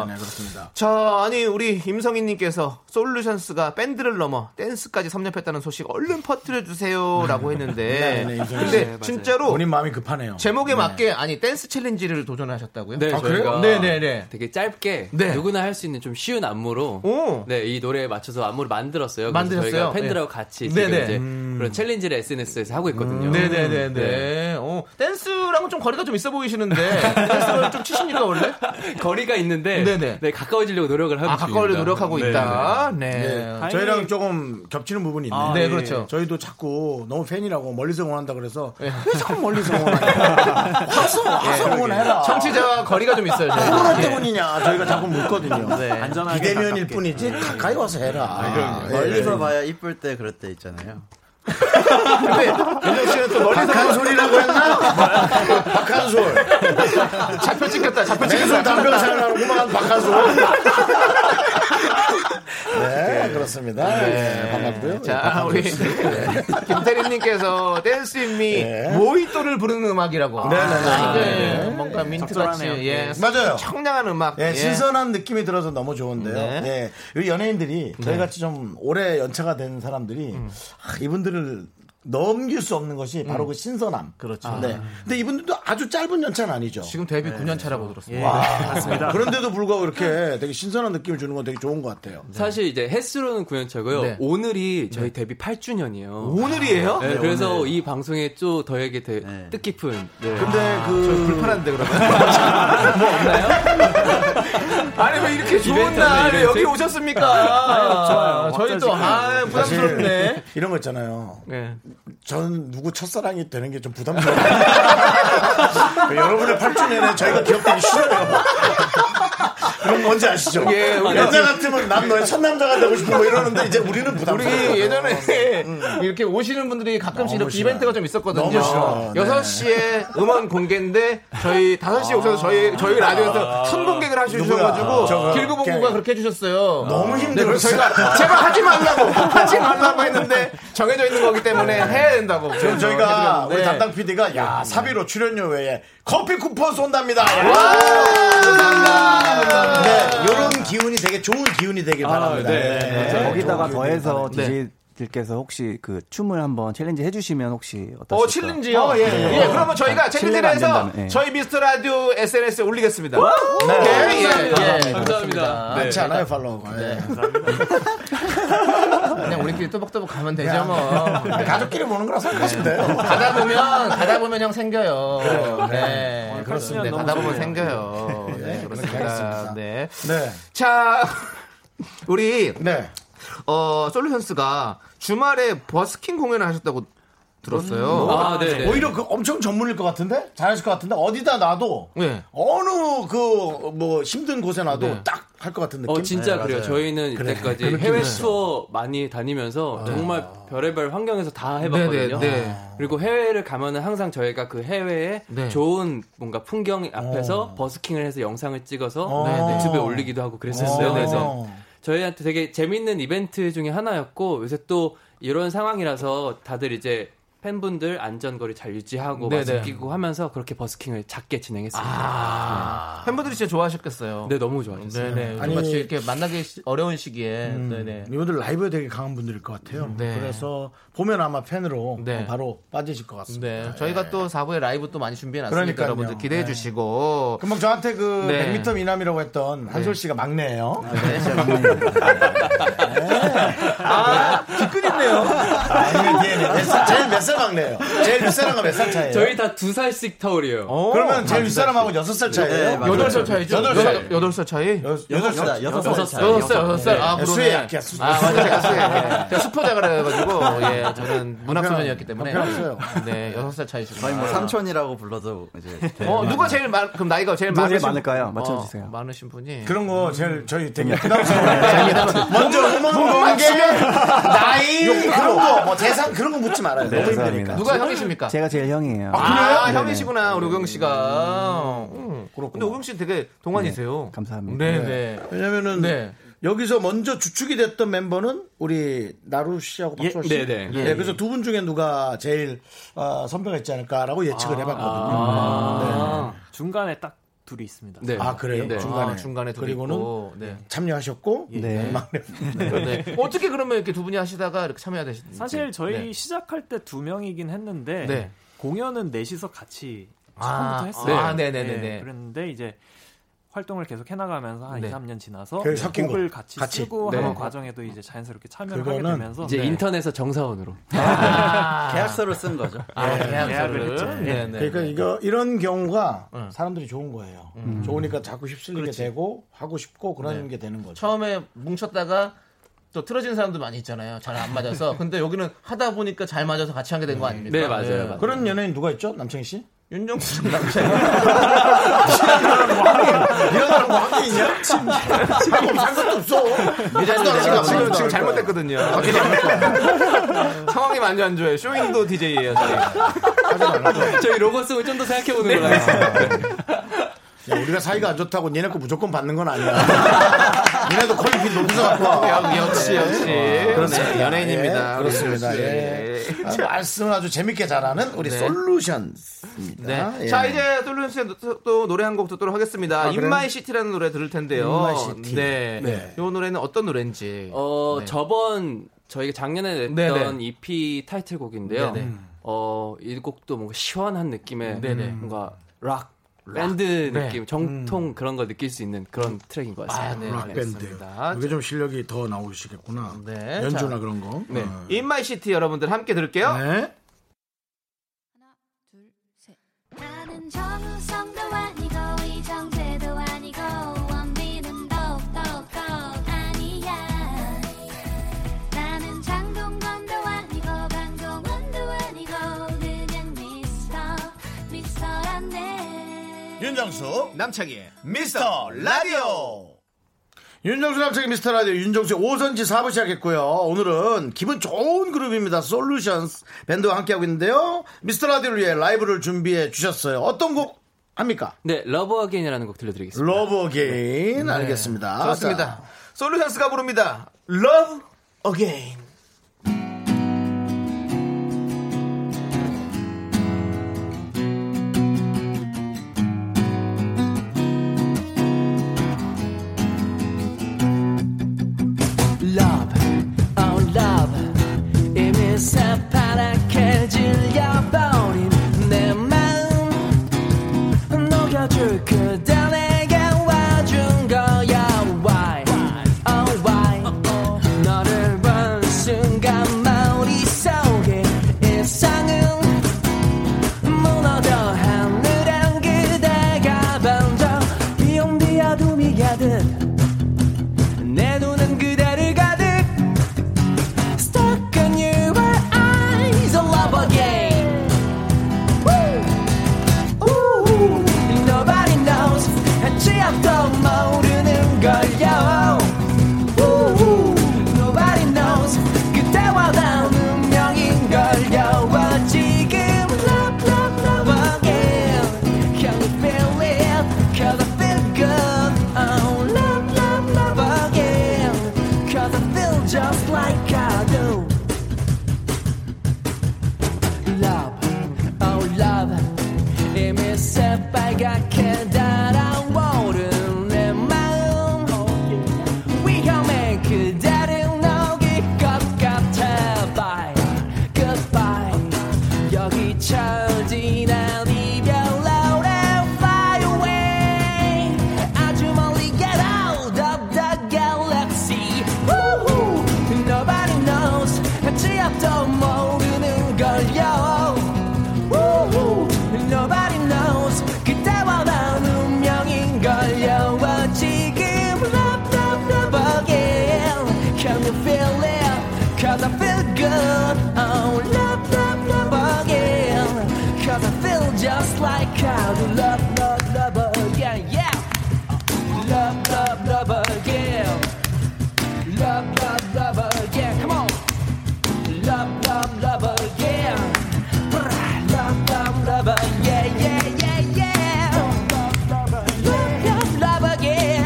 Speaker 1: 네네네, 그렇습니다.
Speaker 2: 자, 아니 우리 임성희님께서 솔루션스가 밴드를 넘어 댄스까지 섭렵했다는 소식 얼른 퍼뜨려 주세요라고
Speaker 1: 네,
Speaker 2: 했는데,
Speaker 1: 네, 임성희 씨.
Speaker 2: 근데
Speaker 1: 네,
Speaker 2: 진짜로
Speaker 1: 본인 마음이 급하네요.
Speaker 2: 제목에 맞게 아니 댄스 챌린지를 도전하셨다고요?
Speaker 9: 네,
Speaker 1: 아,
Speaker 9: 저희가
Speaker 1: 그래요?
Speaker 2: 네네네.
Speaker 9: 되게 짧게
Speaker 2: 네.
Speaker 9: 누구나 할 수 있는 좀 쉬운 안무로
Speaker 2: 오.
Speaker 9: 네, 이 노래에 맞춰서 안무를 만들었어요. 그래서
Speaker 2: 만드셨어요?
Speaker 9: 저희가 팬들하고
Speaker 2: 네.
Speaker 9: 같이 지금
Speaker 2: 네네.
Speaker 9: 이제 그런 챌린지를 SNS에서 하고 있거든요.
Speaker 2: 네네네네.
Speaker 1: 음,
Speaker 9: 네.
Speaker 2: 어, 댄스랑은 좀 거리가 좀 있어 보이시는데 댄스를 좀 치십니까 원래?
Speaker 9: 거리가 있는데
Speaker 2: 네네.
Speaker 9: 네, 가까워지려고 노력을 하고
Speaker 2: 아
Speaker 9: 있습니다.
Speaker 2: 가까우려 노력하고
Speaker 9: 네,
Speaker 2: 있다. 네.
Speaker 1: 네, 저희랑 조금 겹치는 부분이 있네요. 예,
Speaker 2: 네, 그렇죠. 네.
Speaker 1: 저희도 자꾸 너무 팬이라고 멀리서 응원한다 그래서 왜 자꾸 멀리서 응원하냐. 화소, 화소 응원해라.
Speaker 2: 청취자와 거리가 좀 있어요. 저희가.
Speaker 1: 코로나
Speaker 2: 예.
Speaker 1: 때문이냐 저희가 자꾸 묻거든요.
Speaker 2: 네.
Speaker 1: 안전하게 네. 비대면일 뿐이지 가까이 와서 해라.
Speaker 2: 아,
Speaker 7: 멀리서 봐야 이쁠 때 그럴 때 있잖아요.
Speaker 2: 근데 윤정 씨는 또 멀리서
Speaker 1: 박한 소리라고 했나? 박한 솔.
Speaker 2: 잡혀 찍혔다. 잡혀
Speaker 1: 맨손
Speaker 2: 찍혔다.
Speaker 1: 담배를 사용하는구만 박한 솔. 네, 그렇습니다. 네, 반갑고요.
Speaker 2: 자, 우리 김태림님께서 댄스 인미 모히또를 부르는 음악이라고.
Speaker 1: 네네네.
Speaker 2: 아, 네. 뭔가 민트 같이
Speaker 10: 네.
Speaker 2: 예,
Speaker 1: 맞아요.
Speaker 2: 청량한 음악.
Speaker 1: 예,
Speaker 2: 예.
Speaker 1: 신선한 느낌이 들어서 너무 좋은데요.
Speaker 2: 네.
Speaker 1: 예, 우리 연예인들이 저희같이 좀 오래 연차가 된 사람들이 아, 이분들을 넘길 수 없는 것이 바로 그 신선함. 그렇죠. 네. 근데 이분들도 아주 짧은 연차는 아니죠.
Speaker 2: 지금 데뷔 9년 차라고 들었습니다.
Speaker 1: 와, 아, 맞습니다. 그런데도 불구하고 이렇게 되게 신선한 느낌을 주는 건 되게 좋은 것 같아요.
Speaker 9: 사실 이제 횟수로는 9년차고요.
Speaker 2: 네.
Speaker 9: 오늘이 저희 데뷔 8주년이에요.
Speaker 2: 오늘이에요?
Speaker 9: 네, 그래서 이 방송에 또 저에게 되게
Speaker 7: 네.
Speaker 9: 뜻깊은 네.
Speaker 1: 근데
Speaker 2: 저
Speaker 1: 그
Speaker 2: 불편한데 그러면 뭐 없나요? 아니 왜 이렇게 좋은
Speaker 9: 이벤트
Speaker 2: 날
Speaker 9: 하나,
Speaker 2: 왜
Speaker 9: 이벤트?
Speaker 2: 여기 오셨습니까?
Speaker 10: 좋아요.
Speaker 2: 저희 또 아, 부담스럽네.
Speaker 1: 이런 거 있잖아요.
Speaker 2: 네.
Speaker 1: 전 누구 첫사랑이 되는 게 좀 부담스러워요. 그 여러분의 8주년에 저희가 기억되기 싫어요. 그럼 뭔지 아시죠?
Speaker 2: 예, 우리
Speaker 1: 여자 같으면 난 너의 첫 남자가 되고 싶어 뭐 이러는데 이제 우리는 음,
Speaker 2: 우리
Speaker 1: 부담스러워.
Speaker 2: 예전에 이렇게 오시는 분들이 가끔씩 이렇게
Speaker 1: 너무 싫어요.
Speaker 2: 이벤트가 좀 있었거든요.
Speaker 1: 아, 너무 싫어. 네.
Speaker 2: 6시에 음원 공개인데 저희 5시에 오셔서 저희 저희 라디오에서 선공개를
Speaker 1: 아. 누구야? 저거.
Speaker 2: 하셔가지고 길구봉구가
Speaker 1: 걔.
Speaker 2: 그렇게 해주셨어요.
Speaker 1: 너무
Speaker 2: 네, 그래서
Speaker 1: 힘들었어요.
Speaker 2: 저희가 제발 하지 말라고 하지 말라고 했는데 정해져 있는 거기 때문에 해야 된다고.
Speaker 1: 그래서 저희가 우리
Speaker 2: 해드렸는데.
Speaker 1: 담당 PD가 야 사비로 출연료 외에 커피 쿠폰 쏜답니다. 야. 아, 네, 이런 기운이 되게 좋은 기운이 되길 바랍니다. 네, 네.
Speaker 8: 거기다가 더해서
Speaker 2: 네.
Speaker 8: DJ들께서 혹시 그 춤을 한번 챌린지 해주시면 혹시 어떠실까요?
Speaker 2: 어, 챌린지요?
Speaker 1: 어, 예,
Speaker 2: 예,
Speaker 1: 예.
Speaker 2: 그러면 저희가
Speaker 8: 챌린지가 안
Speaker 2: 챌린지에서
Speaker 8: 된다면, 예.
Speaker 2: 저희 미스터 라디오 SNS에 올리겠습니다.
Speaker 1: 네.
Speaker 2: 오케이, 예, 예, 예.
Speaker 9: 감사합니다.
Speaker 1: 많지 않아요 네. 팔로워가. 예.
Speaker 2: 네. 그냥 우리끼리 또박또박 가면 되죠, 뭐. 네.
Speaker 1: 가족끼리 보는 거라 생각하시면 돼요.
Speaker 2: 가다 보면 가다 보면 형 생겨요. 네, 그렇습니다.
Speaker 10: 너무
Speaker 2: 가다 보면 생겨요. 네, 그렇습니다.
Speaker 1: 그렇습니다.
Speaker 2: 네.
Speaker 1: 네,
Speaker 2: 자, 우리
Speaker 1: 네.
Speaker 2: 어 솔루션스가 주말에 버스킹 공연을 하셨다고
Speaker 1: 음.
Speaker 2: 들었어요.
Speaker 9: 아, 네.
Speaker 1: 오히려 그 엄청 전문일 것 같은데 잘하실 것 같은데 어디다 놔도
Speaker 2: 네.
Speaker 1: 어느 그 뭐 힘든 곳에 놔도 딱 할 것 같은 느낌. 네,
Speaker 9: 어 진짜
Speaker 2: 네,
Speaker 9: 그래요. 저희는 이때까지 해외 투어 많이 다니면서 정말 별의별 환경에서 다 해봤거든요.
Speaker 2: 아. 네, 네, 네.
Speaker 9: 그리고 해외를 가면은 항상 저희가 그 해외의
Speaker 2: 네. 어.
Speaker 9: 좋은 뭔가 풍경 앞에서 버스킹을 해서 영상을 찍어서
Speaker 1: 네, 네.
Speaker 9: 유튜브에 올리기도 하고 그랬었어요.
Speaker 1: 어.
Speaker 9: 그래서 저희한테 되게 재밌는 이벤트 중에 하나였고 요새 또 이런 상황이라서 다들 이제 팬분들 안전거리 잘 유지하고
Speaker 2: 네네.
Speaker 9: 마스크 끼고 하면서 그렇게 버스킹을 작게 진행했습니다.
Speaker 2: 아, 팬분들이 진짜 좋아하셨겠어요.
Speaker 9: 네, 너무 좋아하셨어요.
Speaker 2: 네네.
Speaker 1: 아니-
Speaker 2: 아니, 같이 이렇게 만나기 시- 어려운 시기에.
Speaker 1: 음,
Speaker 2: 네네.
Speaker 1: 이분들 라이브에 되게 강한 분들일 것 같아요.
Speaker 2: 네.
Speaker 1: 그래서 보면 아마 팬으로
Speaker 2: 네.
Speaker 1: 어, 바로 빠지실 것 같습니다. 예.
Speaker 2: 네. 저희가 또 4부에 라이브 또 많이 준비해놨으니까
Speaker 1: 그러니까요.
Speaker 2: 여러분들 기대해
Speaker 1: 네.
Speaker 2: 주시고.
Speaker 1: 금방 저한테 그
Speaker 2: 네. 아,
Speaker 1: 100m 미남이라고 했던 한솔 씨가 막내예요. 네.
Speaker 2: 아,
Speaker 1: 제일 몇살 막내예요. 제일 윗사람과 몇 살 차이예요.
Speaker 9: 저희 다 두 살씩 타월이에요.
Speaker 2: 어?
Speaker 1: 그러면 제일 윗사람하고 여섯 살
Speaker 7: 맞아요.
Speaker 1: 차이예요.
Speaker 2: 네, 여덟 살 차이죠?
Speaker 1: 여덟 살.
Speaker 2: 여덟- 여덟 살 차이?
Speaker 1: 여-
Speaker 7: 여섯
Speaker 1: 여덟
Speaker 7: 살,
Speaker 1: 살. 예,
Speaker 7: 여섯 살 차이.
Speaker 2: 여섯 살, 여섯 살. 아, 그러네.
Speaker 1: 수혜 약이야, 수혜.
Speaker 2: 아, 맞아, 제가 수혜. 예. 제가 수포자 그래가지고, 예, 저는 문학소년이었기 때문에.
Speaker 1: 형편 없어요.
Speaker 2: 네, 여섯 살 차이시구나.
Speaker 7: 거의 뭐 삼촌이라고 불러도 이제
Speaker 2: 어, 누가 제일 많, 그럼 나이가 제일
Speaker 8: 누가
Speaker 2: 많으신
Speaker 8: 제일 많을까요? 맞춰주세요.
Speaker 2: 어, 많으신 분이.
Speaker 1: 그런 거 제일 저희
Speaker 2: 네.
Speaker 1: 되게 부담스러워요. 먼저 음원공개 나이 그런 거뭐 재산 그런 거 묻지 말아요.
Speaker 8: 네,
Speaker 1: 너무 힘드니까.
Speaker 8: 죄송합니다.
Speaker 2: 누가 형이십니까?
Speaker 8: 제가 제일 형이에요.
Speaker 2: 아,
Speaker 8: 네네.
Speaker 2: 형이시구나, 우리 우경 씨가. 음. 근데 우경 씨 되게 동안이세요.
Speaker 8: 네, 감사합니다.
Speaker 2: 네, 네.
Speaker 1: 왜냐면은
Speaker 2: 네.
Speaker 1: 여기서 먼저 주축이 됐던 멤버는 우리 나루 씨하고
Speaker 9: 예,
Speaker 1: 박수호 씨.
Speaker 9: 네, 네.
Speaker 1: 예, 그래서 두 분 중에 누가 제일 어, 선배가 있지 않을까라고 예측을 해봤거든요.
Speaker 9: 아,
Speaker 10: 중간에 딱 둘이 있습니다.
Speaker 9: 네.
Speaker 1: 아 그래요?
Speaker 9: 네.
Speaker 1: 중간에
Speaker 2: 아, 중간에 둘이
Speaker 1: 그리고는
Speaker 2: 있고, 네.
Speaker 1: 참여하셨고
Speaker 8: 네.
Speaker 1: 막내
Speaker 2: 네. 어떻게 그러면 이렇게 두 분이 하시다가 이렇게 참여해야 되시는지.
Speaker 10: 사실 저희
Speaker 2: 네.
Speaker 10: 시작할 때 두 명이긴 했는데
Speaker 2: 네.
Speaker 10: 공연은 넷이서 같이
Speaker 2: 아,
Speaker 10: 처음부터 했어요.
Speaker 2: 아, 네네네네.
Speaker 10: 그랬는데 이제 활동을 계속 해나가면서 한
Speaker 2: 네.
Speaker 10: 2, 3년 지나서
Speaker 1: 그래서 섞인
Speaker 10: 곡을
Speaker 1: 거.
Speaker 10: 같이,
Speaker 1: 같이.
Speaker 10: 쓰고
Speaker 9: 네.
Speaker 10: 하는 과정에도 이제 자연스럽게 참여를 하게
Speaker 1: 그거는
Speaker 10: 되면서
Speaker 9: 이제
Speaker 10: 네.
Speaker 9: 인턴에서 정사원으로.
Speaker 2: 아,
Speaker 7: 계약서를 쓴 거죠.
Speaker 2: 아, 계약서를.
Speaker 10: 했죠.
Speaker 2: 네, 네.
Speaker 1: 그러니까 이거 이런 경우가 사람들이 좋은 거예요. 좋으니까 자꾸 휩쓸리게 되고 하고 싶고 그런 게 되는 거죠.
Speaker 2: 처음에 뭉쳤다가 또 틀어진 사람도 많이 있잖아요. 잘 안 맞아서. 근데 여기는 하다 보니까 잘 맞아서 같이 하게 된 거 아닙니까?
Speaker 9: 네, 맞아요, 맞아요.
Speaker 1: 그런 연예인 누가 있죠? 남창희 씨?
Speaker 2: 윤정수 남자.
Speaker 1: 이런 사람 뭐한게 있냐? 뭐 지금 지금
Speaker 2: 뭐
Speaker 1: 산 것도 없어.
Speaker 2: 지금, 지금, 지금 잘못됐거든요. 어떻게 잘못됐어요? 아, 상황이 많이 안 좋아요. 쇼잉도 DJ예요, 저희. 네.
Speaker 9: 저희 로고송을 좀 더 생각해보는 걸로 하겠습니다.
Speaker 1: 야, 우리가 사이가 안 좋다고 얘네 거 무조건 받는 건 아니야. 얘네도 퀄리티 높이서 갖고 와.
Speaker 2: 역- 역시, 역시.
Speaker 1: 그렇습니다.
Speaker 2: 네, 연예인입니다.
Speaker 1: 예, 그렇습니다.
Speaker 2: 우리
Speaker 1: 예.
Speaker 2: 윤정수 씨.
Speaker 1: 아, 말씀을 아주 재밌게 잘하는 우리
Speaker 2: 네. 네.
Speaker 1: 솔루션입니다. 예.
Speaker 2: 자, 이제 솔루션 씨의 또 노래 한 곡 듣도록 하겠습니다.
Speaker 1: 아, 그래요?
Speaker 2: 인마이 시티라는 노래 들을 텐데요.
Speaker 1: In My City.
Speaker 2: 네.
Speaker 1: 네.
Speaker 2: 이 노래는 어떤 노래인지.
Speaker 9: 어,
Speaker 2: 네.
Speaker 9: 저번 저희가 작년에 냈던
Speaker 2: 네네.
Speaker 9: EP 타이틀곡인데요.
Speaker 2: 네네.
Speaker 1: 음,
Speaker 9: 어, 이 곡도 뭔가 시원한 느낌의
Speaker 2: 네네. 네.
Speaker 9: 뭔가 락 밴드 느낌, 정통 그런 걸 느낄 수 있는 그런 트랙인 것 같습니다.
Speaker 2: 음. 아, 네.
Speaker 1: 락밴드.
Speaker 2: 알겠습니다.
Speaker 1: 그게 좀 실력이 더 나오시겠구나.
Speaker 2: 네,
Speaker 1: 연주나
Speaker 2: 자.
Speaker 1: 그런 거.
Speaker 2: 네.
Speaker 1: 어.
Speaker 2: 인마이 시티 여러분들 함께 들을게요.
Speaker 1: 네.
Speaker 5: 나는 정우성도 아니고 이정재도 아니고 원빈은 더욱더 아니야 나는 장동건도 아니고 강동원도 아니고 그냥 미스터 미스터란데
Speaker 1: 예. 윤정수
Speaker 2: 남창희의
Speaker 1: 미스터 라디오 윤정수 남창의 미스터 라디오 윤정수의 오선지 4부 시작했고요 오늘은 기분 좋은 그룹입니다 솔루션스 밴드와 함께하고 있는데요 미스터 라디오를 위해 라이브를 준비해 주셨어요 어떤 곡 합니까?
Speaker 9: 네, 러브 어게인이라는 곡 들려드리겠습니다.
Speaker 1: 러브 어게인 네. 알겠습니다
Speaker 2: 좋습니다.
Speaker 1: 자,
Speaker 2: 솔루션스가 부릅니다. Love
Speaker 1: 어게인
Speaker 6: love, oh love 이미 새파랗게 질려버린 내 마음 녹여줄 그대 내게 와준 거야 oh, why, oh why 너를 본 순간 머릿속에 일상은 무너져 하늘엔 그대가 먼저 비용비야 둠이 가득 내 눈은 그대를 가득 Stuck on your eyes I love again Woo! Ooh! Nobody knows 한치앞도 모르는 걸요 Ooh! Nobody knows 그대와 난 운명인 걸요 지금 love love love again Can you feel it? Cause I feel good Oh love love love again Cause I feel just like I do oh, will live, cause I feel good. Oh, love, love, love again. Cause I feel just like I do. Love, love, love again. Yeah. Love, love, love again. Love, love, love again. Come on. Love, love, love again. Brr, Love, love, love yeah, yeah, yeah, yeah. Love, love, love again.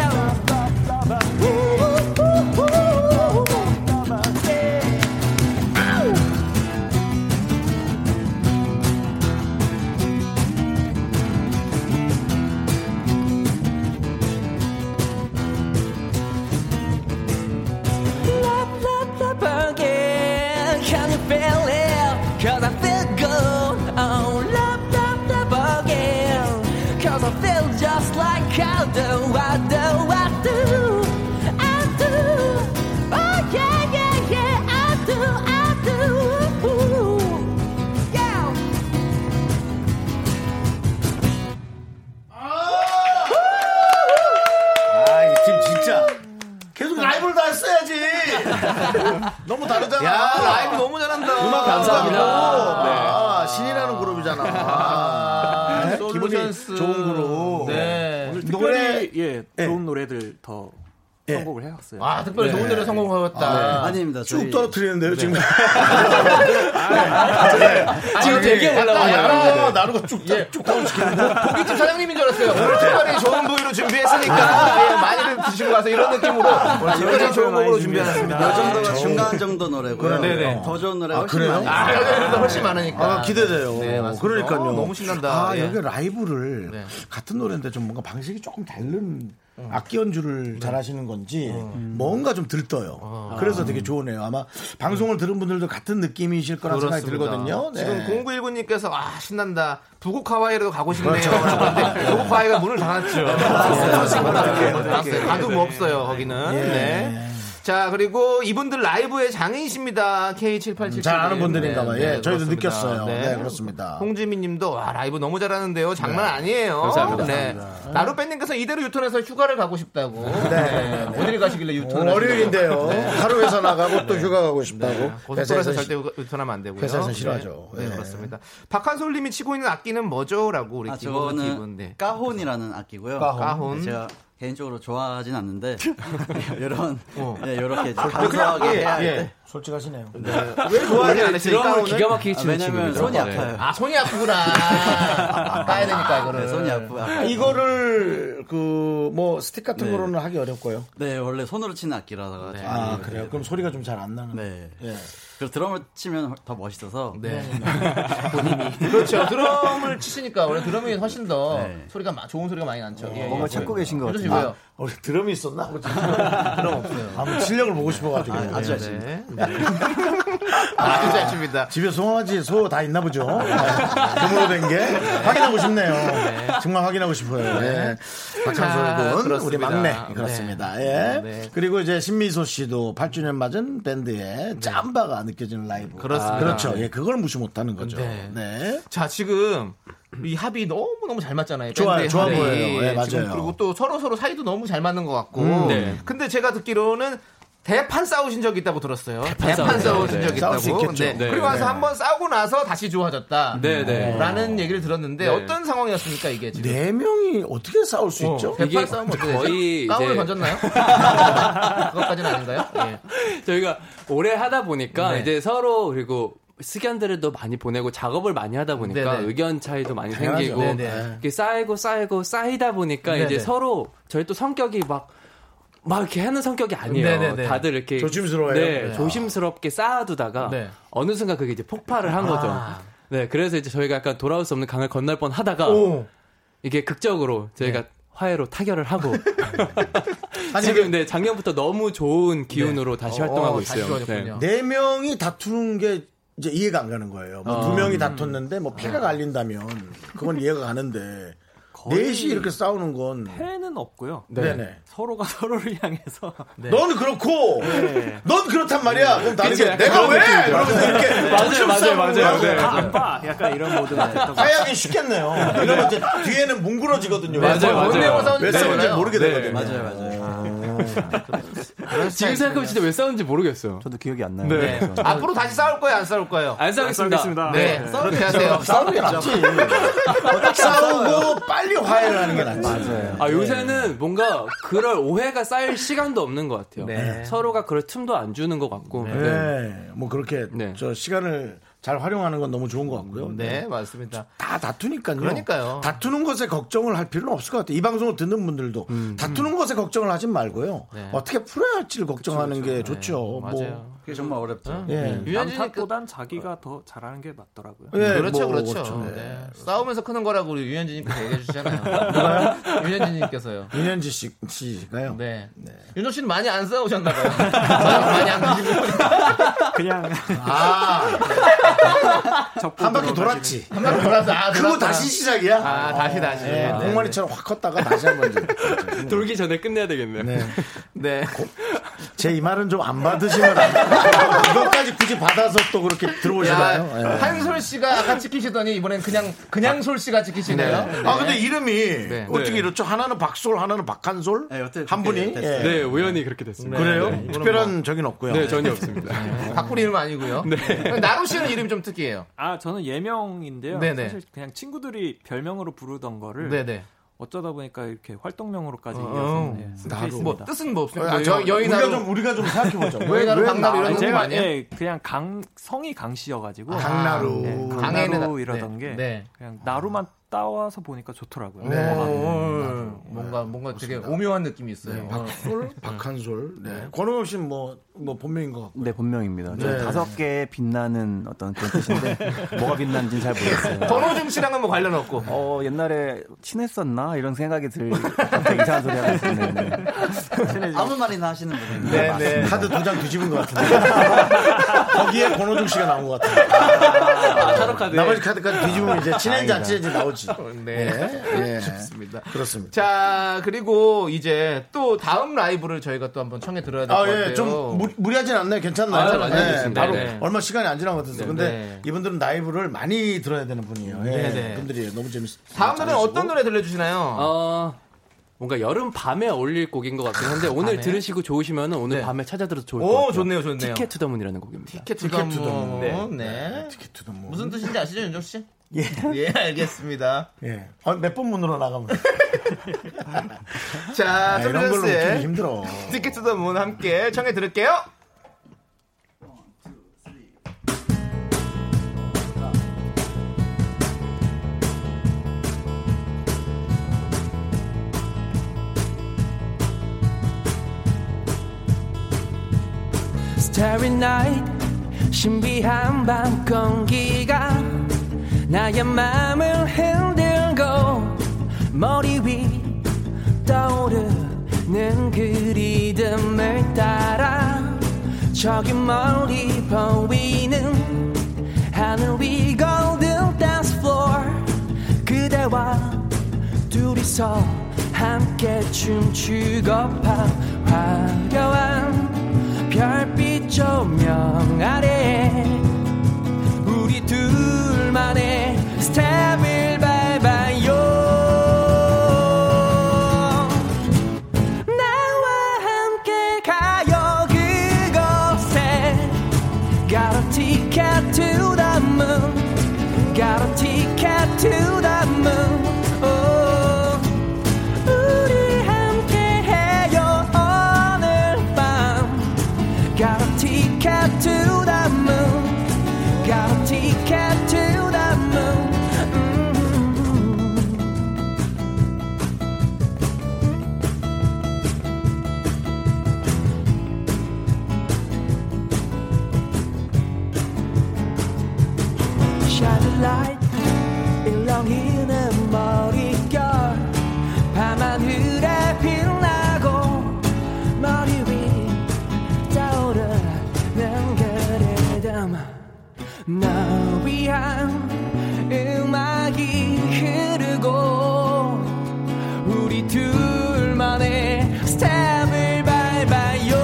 Speaker 6: Ooh, ooh, ooh, ooh, ooh. Yeah. Ow! love, love, love again. Can you feel it? Cause I feel good. Oh, love, love, love again. Cause I feel just like I do, I do, I do. I do. Oh, yeah, yeah, yeah. I do, I do. Yeah.
Speaker 1: 아, 이 팀 진짜. 계속 라이브를 다 했어야지. 너무 다르잖아.
Speaker 2: 야, 라이브 너무 잘한다.
Speaker 1: 음악
Speaker 2: 감사합니다.
Speaker 1: 감사합니다. 아, 신이라는 그룹이잖아. 아,
Speaker 2: 네.
Speaker 1: 기분이
Speaker 2: 솔루션스.
Speaker 1: 좋은 그룹.
Speaker 2: 네.
Speaker 10: 오늘
Speaker 1: 노래-
Speaker 10: 특별히 예,
Speaker 1: 예.
Speaker 10: 좋은 노래들 더
Speaker 1: 예.
Speaker 10: 선곡을 해왔어요.
Speaker 2: 아, 특별히 좋은 노래 성공하였다.
Speaker 7: 아, 닙니다
Speaker 1: 쭉
Speaker 2: 예.
Speaker 7: 저희
Speaker 1: 떨어뜨리는데요,
Speaker 2: 네.
Speaker 1: 지금.
Speaker 2: 지금 되게
Speaker 1: 아,
Speaker 2: 올라와요. 네. 예.
Speaker 1: 나루가, 나루가 쭉, 쭉 떨어지키는데.
Speaker 2: 고깃집 사장님인 줄 알았어요. 오늘 특별히 좋은 부위로 준비했으니까 예, 그렇죠. 많이들 드시고 가서 이런 느낌으로 오늘 굉장히 좋은 곡으로 준비했습니다.
Speaker 7: 요 정도가 중간 정도 노래고요.
Speaker 2: 네네.
Speaker 7: 더 좋은 노래
Speaker 1: 아,
Speaker 7: 훨씬
Speaker 1: 그래요?
Speaker 7: 많이.
Speaker 2: 아, 여자들도 훨씬 많으니까.
Speaker 1: 아, 기대돼요.
Speaker 2: 네, 맞습니다.
Speaker 1: 그러니까요.
Speaker 2: 어, 너무 신난다.
Speaker 1: 아,
Speaker 2: 예.
Speaker 1: 여기 라이브를
Speaker 2: 네. 어.
Speaker 1: 같은 노래인데 좀 뭔가 방식이 조금 다른 악기 연주를 잘 하시는 건지 뭔가 좀 들떠요.
Speaker 2: 어.
Speaker 1: 그래서 되게 좋으네요. 아마 방송을 들은 분들도 같은 느낌이실 거라 생각이 들거든요. 네.
Speaker 2: 지금 0919님께서 아 신난다. 북옥 하와이라도 가고 싶네요. 그런데 북옥 하와이가 문을 닫았죠. 네. 닫았어요. 가도 뭐 없어요 거기는. 네. 자 그리고 이분들 라이브의 장인이십니다. K7877.
Speaker 1: 잘 아는 분들인가 봐요. 예, 저희도
Speaker 2: 네, 그렇습니다.
Speaker 1: 느꼈어요. 네, 그렇습니다.
Speaker 2: 아. 홍지민 님도 와 라이브 너무 잘하는데요. 장난
Speaker 1: 네.
Speaker 2: 아니에요. 감사합니다. 나루빼님께서 이대로 유턴해서 휴가를 가고 싶다고. 네. 어디를 가시길래 유턴을 네.
Speaker 1: 월요일인데요. 하루 회사 나가고 또 휴가 가고 싶다고.
Speaker 2: 고속도로에서
Speaker 1: 시-
Speaker 2: 절대 유턴하면 안 되고요.
Speaker 1: 회사에서는 싫어하죠.
Speaker 2: 네,
Speaker 1: 예.
Speaker 2: 네, 그렇습니다. 박한솔님이 치고 있는 악기는 뭐죠?라고 우리
Speaker 7: 아,
Speaker 2: 김호원
Speaker 7: 저거는
Speaker 2: 팀은 네.
Speaker 7: 까혼이라는 악기고요. 네,
Speaker 1: 까혼.
Speaker 2: 까혼.
Speaker 7: 제가 개인적으로 좋아하진 않는데 이런
Speaker 2: 어.
Speaker 7: 예, 이렇게 감소하게 해야 할 때.
Speaker 1: 솔직하시네요.
Speaker 2: 왜 예. 좋아하지 않으실까
Speaker 9: 드럼을
Speaker 2: 오늘?
Speaker 9: 기가 막히게
Speaker 7: 아,
Speaker 9: 치는
Speaker 7: 왜냐면
Speaker 9: 친구입니다.
Speaker 7: 손이
Speaker 9: 네.
Speaker 7: 아파요.
Speaker 2: 아 손이 아프구나. 까야 되니까 이거를.
Speaker 7: 네, 손이 아프. 아,
Speaker 1: 이거를 그 뭐 스틱 같은
Speaker 7: 네.
Speaker 1: 거로는 하기 어렵고요.
Speaker 7: 네 원래 손으로 치는 악기라서 네.
Speaker 1: 아 그래요. 그럼 소리가 좀 잘 안 나는.
Speaker 7: 네.
Speaker 1: 예.
Speaker 7: 그리고 드럼을 치면 더 멋있어서
Speaker 2: 네. 본인이. 그렇죠. 드럼을 치시니까 원래 드럼이 훨씬 더
Speaker 7: 네.
Speaker 2: 소리가 마- 좋은 소리가 많이 나죠. 예,
Speaker 8: 뭔가 찾고 계신 것 같아요.
Speaker 2: 해주시고요. 그렇죠.
Speaker 1: 우리 드럼이 있었나? 드럼 없어요. 한번 실력을 보고 싶어가지고.
Speaker 7: 아, 아주 아쉽
Speaker 2: 네. 아, 진짜 아닙니다.
Speaker 1: 집에 송아지, 소 다 있나 보죠. 네. 금으로 된 게. 확인하고 싶네요. 정말 확인하고 싶어요. 네.
Speaker 2: 자,
Speaker 1: 박찬솔 군, 우리
Speaker 2: 그렇습니다.
Speaker 1: 막내.
Speaker 2: 네.
Speaker 1: 그렇습니다. 예.
Speaker 2: 네.
Speaker 1: 그리고 이제 신미소 씨도 8주년 맞은 밴드의 짬바가 느껴지는 라이브.
Speaker 2: 네. 그렇습니다.
Speaker 1: 그렇죠. 예, 그걸 무시 못하는 거죠.
Speaker 2: 네.
Speaker 1: 네.
Speaker 2: 자 지금 이 합이 너무 너무 잘 맞잖아요.
Speaker 1: 좋아요,
Speaker 2: 밴드의
Speaker 1: 좋아
Speaker 2: 합이.
Speaker 1: 보여요. 예,
Speaker 2: 지금
Speaker 1: 맞아요.
Speaker 2: 그리고 또 서로 서로 사이도 너무 잘 맞는 것 같고.
Speaker 9: 네.
Speaker 2: 근데 제가 듣기로는 대판 싸우신 적이 있다고 들었어요. 대판,
Speaker 9: 싸우죠.
Speaker 2: 싸우신
Speaker 9: 네.
Speaker 2: 적이
Speaker 1: 싸울 수
Speaker 2: 있다고.
Speaker 1: 있겠죠. 네.
Speaker 2: 그리고
Speaker 9: 네.
Speaker 2: 와서 한번 싸우고 나서 다시 좋아졌다.
Speaker 9: 네, 네.
Speaker 2: 라는 얘기를 들었는데 어떤 상황이었습니까 이게 지금?
Speaker 1: 네 명이 어떻게 싸울 수 있죠?
Speaker 2: 대판
Speaker 9: 이게
Speaker 2: 싸움 어떻게 되죠?
Speaker 9: 거의
Speaker 2: 가운을
Speaker 9: 이제-
Speaker 2: 던졌나요? 그것까지는 아닌가요? 예.
Speaker 9: 저희가 오래 하다 보니까
Speaker 2: 네.
Speaker 9: 이제 서로 그리고 스견들을 또 많이 보내고 작업을 많이 하다 보니까
Speaker 2: 네네.
Speaker 9: 의견 차이도 많이
Speaker 1: 당연하죠.
Speaker 9: 생기고
Speaker 2: 네네.
Speaker 9: 이렇게 뭐, 쌓이고 쌓이고 쌓이다 보니까
Speaker 2: 네네.
Speaker 9: 이제 서로 저희 또 성격이 막 막 이렇게 하는 성격이 아니에요.
Speaker 2: 네네네.
Speaker 9: 다들 이렇게
Speaker 1: 조심스러워요.
Speaker 9: 네,
Speaker 1: 네.
Speaker 9: 조심스럽게 쌓아두다가
Speaker 2: 네.
Speaker 9: 어느 순간 그게 이제 폭발을 한 거죠.
Speaker 2: 아.
Speaker 9: 네, 그래서 이제 저희가 약간 돌아올 수 없는 강을 건널 뻔 하다가 이게 극적으로 저희가 화해로 타결을 하고
Speaker 1: 아니,
Speaker 9: 지금 네 작년부터 너무 좋은 기운으로 다시 활동하고
Speaker 2: 어, 다시
Speaker 9: 있어요.
Speaker 2: 좋아졌군요.
Speaker 1: 네 명이 다투는 게 이제 이해가 안 가는 거예요. 뭐 두 명이 다퉜는데 뭐 피가 갈린다면 그건 이해가 가는데 넷이 이렇게 싸우는 건
Speaker 10: 해는 없고요.
Speaker 1: 네네.
Speaker 10: 서로가 서로를 향해서 네.
Speaker 1: 넌 그렇고 넌 그렇단 말이야. 그럼 나는 게 내가 왜? 이러면서 이렇게 맞아요,
Speaker 9: 맞아요, 맞아요.
Speaker 10: 안 봐. 약간 이런 모드가 됐던 것
Speaker 1: 네. 하야긴 쉽겠네요. 이러면 이제 뒤에는 뭉그러지거든요.
Speaker 9: 맞아요,
Speaker 1: 왜
Speaker 9: 맞아요.
Speaker 1: 싸우는지
Speaker 2: 네.
Speaker 1: 모르게
Speaker 9: 네.
Speaker 1: 되거든요.
Speaker 7: 맞아요 맞아요.
Speaker 9: 지금
Speaker 2: 네.
Speaker 9: 생각하면 진짜 왜 싸웠는지 모르겠어요.
Speaker 8: 저도 기억이 안 나요.
Speaker 9: 네.
Speaker 8: 그래서.
Speaker 2: 앞으로 다시 싸울 거예요, 안 싸울 거예요?
Speaker 9: 안
Speaker 10: 아,
Speaker 9: 싸우겠습니다.
Speaker 2: 네,
Speaker 9: 네.
Speaker 2: 싸우게 하세요.
Speaker 1: 싸우는 게 낫지. 싸우고 빨리 화해를 하는 게 낫지.
Speaker 8: 맞아요.
Speaker 9: 아 요새는 뭔가 그럴 오해가 쌓일 시간도 없는 것 같아요.
Speaker 2: 네.
Speaker 9: 서로가 그럴 틈도 안 주는 것 같고. 네.
Speaker 1: 네. 뭐 그렇게
Speaker 9: 네.
Speaker 1: 저 시간을 잘 활용하는 건 너무 좋은 것 같고요.
Speaker 2: 네, 맞습니다.
Speaker 1: 다 다투니까요.
Speaker 2: 그러니까요.
Speaker 1: 다투는 것에 걱정을 할 필요는 없을 것 같아요. 이 방송을 듣는 분들도 다투는 것에 걱정을 하지 말고요.
Speaker 2: 음, 네. 그렇죠,
Speaker 1: 어떻게 풀어야 할지를 걱정하는 게 좋죠.
Speaker 2: 네,
Speaker 1: 뭐.
Speaker 2: 맞아요.
Speaker 7: 그게 정말 어렵죠.
Speaker 1: 예.
Speaker 10: 남
Speaker 2: 유현진이 그-
Speaker 10: 탓보단 자기가 더 잘하는 게 맞더라고요.
Speaker 1: 예,
Speaker 2: 그렇죠,
Speaker 1: 뭐
Speaker 2: 그렇죠.
Speaker 1: 네.
Speaker 2: 네. 싸우면서 크는 거라고 우리 유현진님께서 얘기해 주시잖아요. 네. 유현진님께서요.
Speaker 1: 윤현지 씨, 씨가요.
Speaker 2: 네. 윤호 씨는 많이 안 싸우셨나봐요. 많이 안 드시고.
Speaker 10: 그냥
Speaker 1: 아!
Speaker 2: 아!
Speaker 1: 한 바퀴 돌았지.
Speaker 2: 한번 돌아서. 아,
Speaker 1: 그거
Speaker 2: 돌았구나.
Speaker 1: 다시 시작이야.
Speaker 2: 아, 다시, 다시.
Speaker 1: 네,
Speaker 2: 네,
Speaker 1: 콩마리처럼 확 컸다가 다시 한번 이제.
Speaker 9: 네. 돌기 전에 끝내야 되겠네요.
Speaker 1: 네.
Speaker 2: 네.
Speaker 1: 제 이 말은 좀 안 받으시면 안 돼요. 이것까지 굳이 받아서 또 그렇게
Speaker 2: 야,
Speaker 1: 들어오시나요? 예.
Speaker 2: 한솔 씨가 아까 지키시더니 이번엔 그냥 그냥 솔 씨가 아. 지키시네요. 네.
Speaker 1: 아 근데 이름이
Speaker 2: 네.
Speaker 1: 어떻게
Speaker 9: 네.
Speaker 1: 이렇죠? 하나는 박솔, 하나는 박한솔.
Speaker 7: 네, 어떻게
Speaker 1: 한
Speaker 7: 그렇게
Speaker 1: 분이
Speaker 7: 됐어요.
Speaker 1: 예.
Speaker 9: 네, 우연히 그렇게 됐습니다.
Speaker 1: 그래요?
Speaker 2: 네, 이거는
Speaker 1: 특별한 적인 없고요.
Speaker 9: 네, 전혀 없습니다.
Speaker 2: 박구리 이름 아니고요. 나루 씨는 이름 좀 특이해요.
Speaker 10: 아 저는 예명인데요.
Speaker 2: 네네.
Speaker 10: 사실 그냥 친구들이 별명으로 부르던 거를
Speaker 2: 네네.
Speaker 10: 어쩌다 보니까 이렇게 활동명으로까지
Speaker 2: 어,
Speaker 10: 이어서 예,
Speaker 1: 나루.
Speaker 10: 나로
Speaker 2: 뭐 뜻은 뭐 없어요.
Speaker 1: 아,
Speaker 2: 뭐
Speaker 1: 저,
Speaker 2: 여- 여인
Speaker 1: 우리가 좀
Speaker 2: 나루,
Speaker 1: 우리가 좀 생각해 보자.
Speaker 2: 여인 나루, 강나루 이런 거
Speaker 10: 제가
Speaker 2: 아니에요? 아.
Speaker 10: 예, 그냥 강 성이 강씨여가지고
Speaker 1: 강나루.
Speaker 10: 예,
Speaker 2: 강에는-
Speaker 10: 강나루 이러던
Speaker 2: 네,
Speaker 10: 게
Speaker 2: 네.
Speaker 10: 그냥 나루만 따와서 보니까 좋더라고요.
Speaker 1: 네.
Speaker 10: 뭐가.
Speaker 2: 음, 뭔가 뭔가 되게 오묘한 느낌이 있어요. 어.
Speaker 1: 박솔, 박한솔. 네. 권호영 씨는 뭐, 뭐 본명인 것 같고.
Speaker 8: 네, 본명입니다. 저
Speaker 1: 네.
Speaker 8: 다섯 개의 빛나는 어떤 그런 뜻인데 뭐가 빛나는지는 잘 모르겠어요.
Speaker 2: 권호중 씨랑은 뭐 관련 없고.
Speaker 8: 어, 옛날에 친했었나? 이런 생각이 들 갑자기 이상한 소리 하고 있었네요. 네.
Speaker 7: 아무 말이나 하시는 분이
Speaker 1: 네, 네. 카드 두 장 뒤집은 것 같은데. 거기에 권호중 씨가 나온 것 같아요.
Speaker 9: 타로카드.
Speaker 1: 나머지 카드까지 뒤집으면 이제 친한지 안 친한지 나오지.
Speaker 2: 아, 네.
Speaker 1: 네.
Speaker 2: 좋습니다.
Speaker 1: 그렇습니다.
Speaker 2: 자 그리고 이제 또 다음 라이브를 저희가 또 한번 청해 들어야 될 것
Speaker 1: 아,
Speaker 2: 같아요.
Speaker 1: 예, 좀 무, 무리하진 않나요?
Speaker 2: 아,
Speaker 1: 괜찮나요?
Speaker 2: 맞아요,
Speaker 1: 네,
Speaker 2: 좋습니다.
Speaker 1: 바로
Speaker 2: 네.
Speaker 1: 얼마 시간이 안 지난 것 같아서. 근데
Speaker 2: 네.
Speaker 1: 이분들은 라이브를 많이 들어야 되는 분이에요. 예,
Speaker 2: 네, 네.
Speaker 1: 분들이 너무 재밌어요.
Speaker 2: 다음 노래는 어떤 노래 들려주시나요?
Speaker 9: 어, 뭔가 여름 밤에 어울릴 곡인 것 같긴 한데 오늘
Speaker 2: 밤에?
Speaker 9: 들으시고 좋으시면 오늘 밤에 찾아 들어도 좋을 것 같아요.
Speaker 2: 오 좋네요, 좋네요.
Speaker 9: 티켓 투더문이라는 곡입니다.
Speaker 2: 티켓 투
Speaker 1: 티켓 투더
Speaker 2: 더 네.
Speaker 1: 문.
Speaker 2: 네.
Speaker 1: 티켓 투더 문.
Speaker 2: 무슨 뜻인지 아시죠, 윤종 씨? 예. 예, 알겠습니다.
Speaker 1: 예. 어, 몇번 문으로 나가면.
Speaker 2: 자,
Speaker 1: 아, 이런 걸로 웃기기
Speaker 2: 솔리언스의
Speaker 1: 힘들어.
Speaker 2: 티켓 투 더 문 함께 청해 들을게요.
Speaker 6: Starry night 신비한 밤 공기가 나의 마음을 흔들고 머리 위 떠오르는 그 그리듬을 따라 저기 멀리 보이는 하늘 위 golden dance floor 그대와 둘이서 함께 춤추고 밤 화려한 별빛 조명 아래 우리 둘만의 스텝을 밟아요 나와 함께 가요 그곳에 Got a ticket to the moon. Got a ticket to the moon. Oh. 우리 함께 해요 오늘 밤. Got a ticket to the moon. Got a ticket to the moon. 음. 샤들라이트 일렁이는 머릿결 밤하늘에 빛나고 머리 위 떠오르는 그 그리듬 너 위한 음악이 흐르고 우리 둘만의 스텝을 밟아요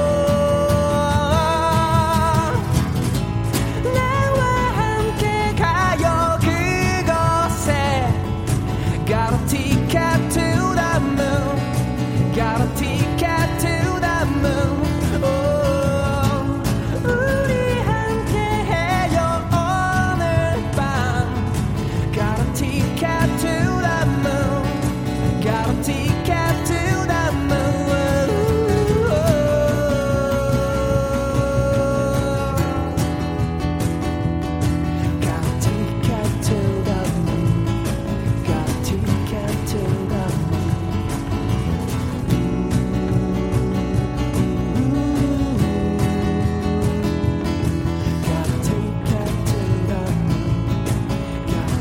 Speaker 6: 나와 함께 가요 그곳에 Got a ticket to the moon Got a ticket to the 어, got a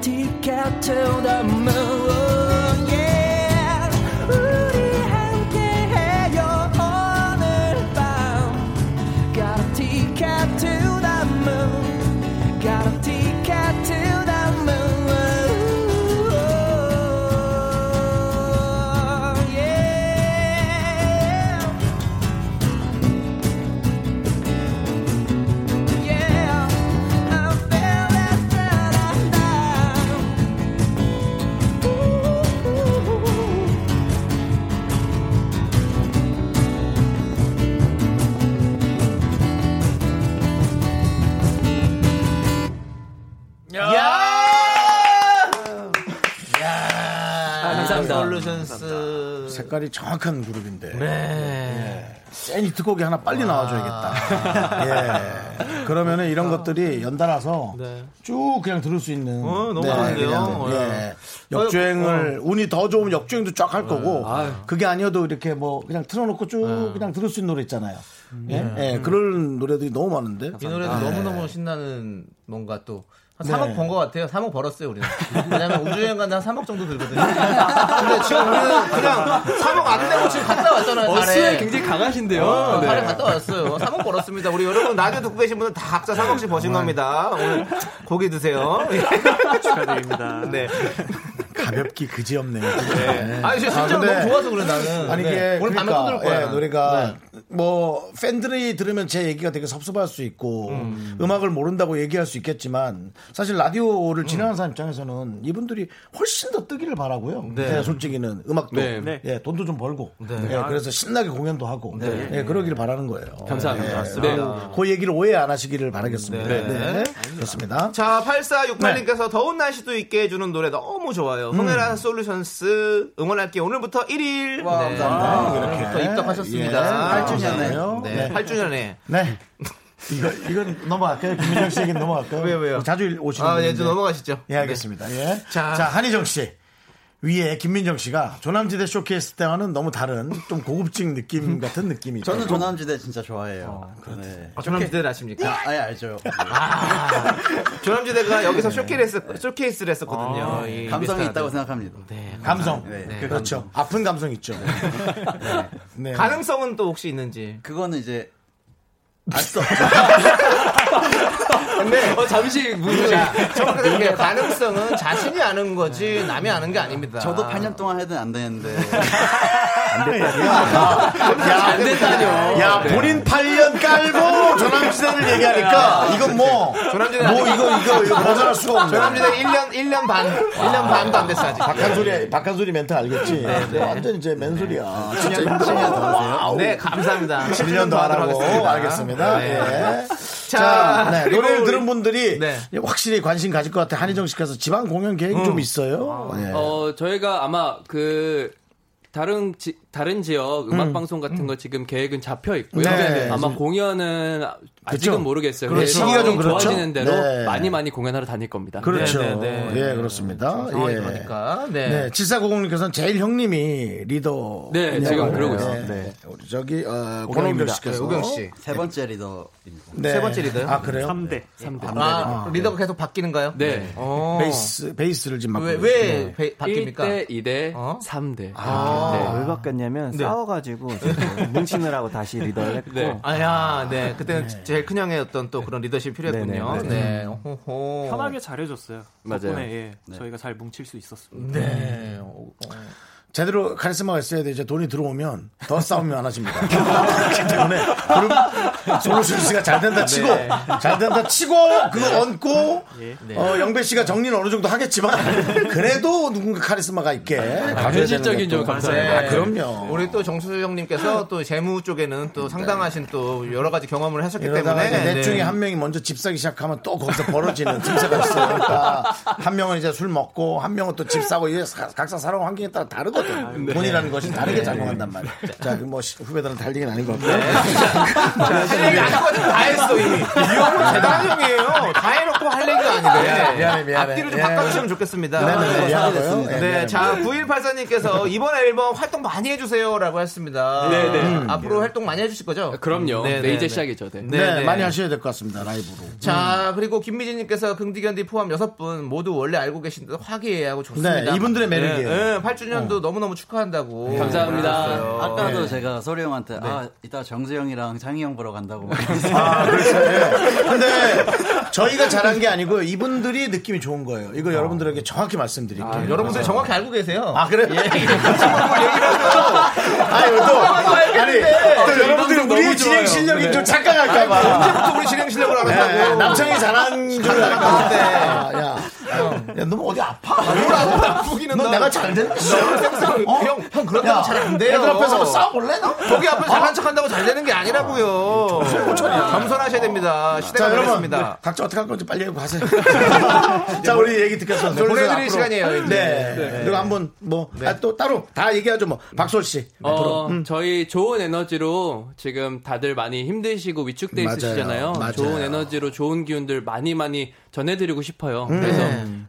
Speaker 6: ticket to the moon, yeah. 우리 함께해요, 오늘 밤. Got a ticket to the moon. Got a ticket to the moon, yeah. Yeah, I feel that
Speaker 2: 감사합니다. 솔루션스.
Speaker 1: 색깔이 정확한 그룹인데.
Speaker 2: 네.
Speaker 1: 센 히트곡이 하나 빨리 나와줘야겠다. 예. 그러면은 이런 것들이 연달아서
Speaker 2: 아. 네.
Speaker 1: 쭉 그냥 들을 수 있는. 네,
Speaker 2: 어, 너무 많은데요?
Speaker 1: 그냥,
Speaker 2: 어.
Speaker 1: 예. 역주행을, 운이 더 좋으면 역주행도 쫙 할
Speaker 2: 네.
Speaker 1: 거고, 그게 아니어도 이렇게 뭐 그냥 틀어놓고 쭉 그냥 들을 수 있는 노래 있잖아요. 예? 예, 그런 노래들이 너무 많은데.
Speaker 2: 음. 네. 이 노래도
Speaker 1: 아,
Speaker 2: 너무너무 신나는 뭔가 또. 한
Speaker 1: 네.
Speaker 2: 3억 번 거 같아요. 3억 벌었어요, 우리는. 왜냐면 우주여행 간데 한 3억 정도 들거든요. 근데 지금 우리는 그냥 3억 안 내고 지금 갔다 왔잖아요.
Speaker 9: 어수에
Speaker 2: 달에.
Speaker 9: 굉장히 강하신데요.
Speaker 2: 어,
Speaker 9: 네.
Speaker 2: 달에 갔다 왔어요. 3억 벌었습니다. 우리 여러분 라디오 듣고 계신 분들 다 각자 3억씩 버신 겁니다. 오늘 고기 드세요.
Speaker 10: 축하드립니다.
Speaker 2: 네.
Speaker 1: 가볍기 그지 없네. 요
Speaker 2: 예. 아니, 진짜
Speaker 1: 아,
Speaker 2: 진짜
Speaker 1: 근데-
Speaker 2: 너무 좋아서 그래, 나는.
Speaker 1: 아니
Speaker 2: 네.
Speaker 1: 이게
Speaker 2: 오늘 밤에
Speaker 1: 그러니까,
Speaker 2: 또들 거야.
Speaker 1: 예, 노래가 뭐 팬들이 들으면 제 얘기가 되게 섭섭할 수 있고 음. 악을 모른다고 얘기할 수 있겠지만 사실 라디오를 진행하는 사람 입장에서는 이분들이 훨씬 더 뜨기를 바라고요. 네, 솔직히는 음악도
Speaker 9: 네.
Speaker 10: 네.
Speaker 1: 예, 돈도 좀 벌고 예, 그래서 신나게 공연도 하고 예, 그러기를 바라는 거예요.
Speaker 9: 감사합니다. 네.
Speaker 1: 예, 그 얘기를 오해 안 하시기를 바라겠습니다. 네. 그렇습니다.
Speaker 2: 자, 8468님께서 더운 날씨도 있게 해주는 노래 너무 좋아요. 흥해라 솔루션스 응원할게요. 오늘부터 1일. 네. 와,
Speaker 1: 이렇게.
Speaker 2: 오늘부터 입덕하셨습니다.
Speaker 1: 예, 8주년에요.
Speaker 2: 네,
Speaker 1: 네.
Speaker 2: 8주년에.
Speaker 1: 네. 이거, 이건 넘어갈까요? 김민정 씨 얘기는 넘어갈까요?
Speaker 2: 왜요, 왜요?
Speaker 1: 자주 오시는
Speaker 2: 아, 예,
Speaker 1: 분인데.
Speaker 2: 좀 넘어가시죠.
Speaker 1: 예, 알겠습니다. 예.
Speaker 2: 자.
Speaker 1: 자, 한희정 씨. 위에 김민정 씨가 조남지대 쇼케이스 때와는 너무 다른 좀 고급진 느낌 같은 느낌이 있죠.
Speaker 7: 저는 조남지대 진짜 좋아하예요. 네.
Speaker 2: 네. 조남지대를 아십니까?
Speaker 7: 아예 알죠.
Speaker 2: 조남지대가 여기서
Speaker 1: 네.
Speaker 2: 쇼케이스, 쇼케이스를 했었거든요.
Speaker 1: 아, 예.
Speaker 2: 이
Speaker 7: 감성이
Speaker 2: 미스터
Speaker 7: 있다고
Speaker 2: 라디오.
Speaker 7: 생각합니다.
Speaker 2: 네.
Speaker 1: 감성.
Speaker 7: 네,
Speaker 1: 네,
Speaker 7: 그
Speaker 1: 그렇죠. 아픈 감성 있죠. 네. 네.
Speaker 2: 가능성은 또 혹시 있는지.
Speaker 7: 그거는 이제
Speaker 2: 근데
Speaker 9: 어, 잠시 무슨
Speaker 2: 정확하게 얘기해요. 가능성은 자신이 아는 거지 남이 아는 게 아닙니다.
Speaker 7: 저도 8년 동안 해도 안 되는데
Speaker 9: 안
Speaker 2: 어,
Speaker 9: 된다뇨.
Speaker 1: 야, 본인 8년 깔고 조남지대를 얘기하니까 이건 뭐,
Speaker 2: 조남지대는
Speaker 1: 뭐 이거, 이거, 이거 벗어날 수가 없네.
Speaker 2: 조남지대 1년 1년 반 1년 반도 안 됐어 아직. 네,
Speaker 1: 박한 소리, 박한 소리 멘트 알겠지? 네, 완전 이제 맨소리야. 진짜 힘드네요. 와우.
Speaker 2: 네, 감사합니다. 네.
Speaker 1: 7년 더 하라고 알겠습니다. 예.
Speaker 2: 자,
Speaker 1: 자, 네, 노래를
Speaker 2: 그리고
Speaker 1: 들은
Speaker 2: 우리-
Speaker 1: 분들이
Speaker 2: 네. 음.
Speaker 1: 확실히 관심 가질 것 같아요. 한희정 씨께서 지방 공연 계획 좀 있어요.
Speaker 2: 아,
Speaker 1: 예.
Speaker 9: 어, 저희가 아마 그 다른 지, 다른 지역 음악 방송 같은 거 지금 계획은 잡혀 있고요.
Speaker 1: 네.
Speaker 9: 아마 공연은 아- 아직은
Speaker 1: 그렇죠.
Speaker 9: 모르겠어요.
Speaker 1: 그렇죠.
Speaker 9: 근데
Speaker 1: 시기가 좀 그렇죠?
Speaker 9: 좋아지는 대로
Speaker 1: 네.
Speaker 9: 많이 많이 공연하러 다닐 겁니다.
Speaker 1: 그렇죠.
Speaker 2: 네, 네, 네.
Speaker 1: 예, 그렇습니다.
Speaker 2: 상황이
Speaker 1: 예.
Speaker 2: 그러니까. 네.
Speaker 1: 네, 7490님께서는 제일 형님이 리더.
Speaker 9: 네, 지금 그러고 있어요.
Speaker 1: 네. 우리 저기, 어, 권홍경
Speaker 2: 오경입니다. 네,
Speaker 1: 씨께서.
Speaker 2: 오경 씨.
Speaker 7: 세 번째 리더입니다.
Speaker 1: 네.
Speaker 2: 세 번째 리더요?
Speaker 1: 아, 그래요?
Speaker 10: 3대.
Speaker 2: 아, 리더가 계속 바뀌는가요?
Speaker 9: 네.
Speaker 2: 어.
Speaker 1: 베이스, 베이스를 지금 맡고
Speaker 2: 왜,
Speaker 1: 계시네요.
Speaker 2: 왜 베- 바뀝니까?
Speaker 9: 1대, 2대,
Speaker 2: 어?
Speaker 9: 3대.
Speaker 8: 왜 바뀌었냐면 싸워가지고 문신을 하고 다시 리더를 했고
Speaker 9: 네.
Speaker 2: 아, 야, 네. 그때는 제일 큰 형의 어떤 또 그런 리더십이 필요했군요.
Speaker 8: 네,
Speaker 2: 네.
Speaker 8: 네,
Speaker 2: 호호.
Speaker 10: 편하게 잘해줬어요.
Speaker 9: 맞아요. 네.
Speaker 10: 덕분에 예, 저희가 잘 뭉칠 수 있었습니다.
Speaker 2: 네. 어, 어.
Speaker 1: 제대로 카리스마가 있어야 돼. 이제 돈이 들어오면 더 싸움이 많아집니다. 그렇기 때문에 그럼 솔루션 씨가 잘 된다 치고
Speaker 2: 네. 예.
Speaker 1: 잘 된다 치고 그거 얹고 어, 영배 씨가 정리는 어느 정도 하겠지만 그래도 누군가 카리스마가 있게
Speaker 2: 네.
Speaker 1: 가져야 되는
Speaker 9: 현실적인
Speaker 1: 것도.
Speaker 9: 좀 감사합니다.
Speaker 1: 아, 그럼요.
Speaker 2: 우리 또 정수 형님께서 또 재무 쪽에는 또 상당하신 또 여러 가지 경험을 하셨기
Speaker 1: 이러다가
Speaker 2: 때문에
Speaker 1: 이제 넷
Speaker 2: 네.
Speaker 1: 중에 한 명이 먼저 집 사기 시작하면 또 거기서 벌어지는 틈새가 있어요. 그러니까 한 명은 이제 술 먹고 한 명은 또 집 사고 이게 사- 각자 살아온 환경에 따라 다르거든요. 똑같아요.
Speaker 2: 네.
Speaker 1: 돈이라는 것이 다르게 작용한단 말이야. 자, 그뭐 시- 후배들은 달리는 아닌 것
Speaker 2: 네.
Speaker 1: 같고요.
Speaker 2: 할 얘기 안 하거든. 다 했어, 이미. 이 형은 대단한 형이에요. 다 해놓고 할 얘기가 아닌데.
Speaker 1: 네, 미안해, 미안해, 미안해.
Speaker 2: 앞뒤를 좀
Speaker 1: 예.
Speaker 2: 바꿔주시면 좋겠습니다.
Speaker 1: 미안해, 네, 미안하고요. 예,
Speaker 2: 네,
Speaker 1: 미안합니다.
Speaker 2: 자, 9184님께서 이번 앨범 활동 많이 해주세요. 라고 했습니다.
Speaker 9: 네, 네.
Speaker 2: 음. 앞으로 활동 많이 해주실 거죠?
Speaker 9: 그럼요.
Speaker 2: 네,
Speaker 9: 네,
Speaker 2: 네, 네.
Speaker 9: 이제 시작이죠. 네.
Speaker 2: 네.
Speaker 1: 예. 네, 많이 음. 하셔야 될 것 같습니다. 라이브로.
Speaker 2: 자, 그리고 김미진님께서 긍디견디 포함 여섯 분 모두 원래 알고 계신 듯 화기애애하고 좋습니다.
Speaker 1: 네, 이분들의 어. 네, 매력이에요.
Speaker 2: 네, 8주년도 너무너무 축하한다고.
Speaker 9: 감사합니다.
Speaker 2: 그랬어요.
Speaker 7: 아까도 제가 소리 형한테 아 이따 정수 형이랑 창희 형 보러 간다고
Speaker 1: 아, 그렇죠. 예. 근데 저희가 잘한 게 아니고 이분들이 느낌이 좋은 거예요. 이거 여러분들에게 정확히 말씀드릴게요.
Speaker 2: 아, 여러분들 정확히 알고 계세요.
Speaker 1: 아 그래요? 아니 또 아니 또 여러분들이 우리의 진행 실력이 좀 네. 착각할까봐
Speaker 2: 우리 진행 실력을
Speaker 1: 네,
Speaker 2: 알았다고.
Speaker 1: 남창이 잘한 줄 알았는데 야, 야, 너무 아, 네. 뭐 어디 아파? 뭘 아프기는 너 내가 잘 되는 거야? 어?
Speaker 2: 형, 형 그런다고 잘 안 돼요.
Speaker 1: 애들 앞에서 뭐 싸워볼래 너?
Speaker 2: 거기 앞에서
Speaker 1: 아.
Speaker 2: 잘난 척한다고 잘 되는 게 아니라고요. 겸손하셔야 됩니다. 시대가
Speaker 1: 자 여러분
Speaker 2: 그렇습니다.
Speaker 1: 각자 어떻게 할 건지 빨리 하고 가세요. 자 우리 얘기 듣겠습니다.
Speaker 2: 보내드릴
Speaker 1: 앞으로.
Speaker 2: 시간이에요, 이제.
Speaker 1: 네. 그리고 한번 뭐 또 따로 다 얘기하죠 뭐 박솔 씨.
Speaker 9: 어,
Speaker 10: 음.
Speaker 9: 저희 좋은 에너지로 지금 다들 많이 힘드시고 위축돼
Speaker 1: 맞아요.
Speaker 9: 있으시잖아요.
Speaker 1: 맞아요.
Speaker 9: 좋은 에너지로 좋은 기운들 많이 많이 전해드리고 싶어요. 그래서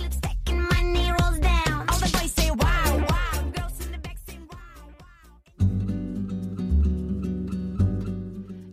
Speaker 5: lipstick and my knee rolls down. All the boys say wow, wow. Girls in the back say wow, wow.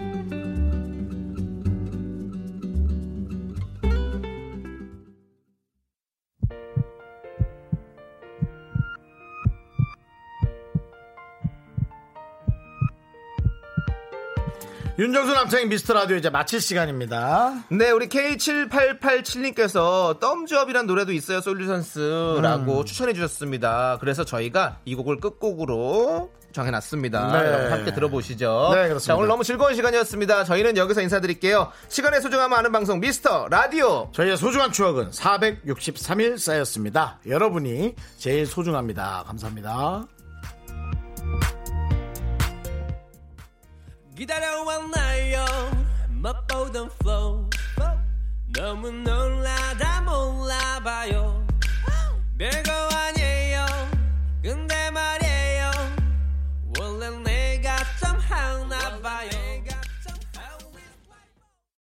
Speaker 1: 윤정수 남창의 미스터라디오 이제 마칠 시간입니다
Speaker 2: 네, 우리 K7887님께서 덤즈업이란 노래도 있어요, 솔루션스라고
Speaker 1: 음.
Speaker 2: 추천해 주셨습니다. 그래서 저희가 이 곡을 끝곡으로 정해놨습니다.
Speaker 1: 네.
Speaker 2: 여러분 함께 들어보시죠.
Speaker 1: 네, 그렇습니다.
Speaker 2: 자, 오늘 너무 즐거운 시간이었습니다. 저희는 여기서 인사드릴게요. 시간의 소중함 아는 방송 미스터 라디오.
Speaker 1: 저희의 소중한 추억은 463일 쌓였습니다 여러분이 제일 소중합니다 감사합니다
Speaker 6: 기다려왔나요 맛보던 flow 너무 놀라다 몰라봐요 별거 아니에요 근데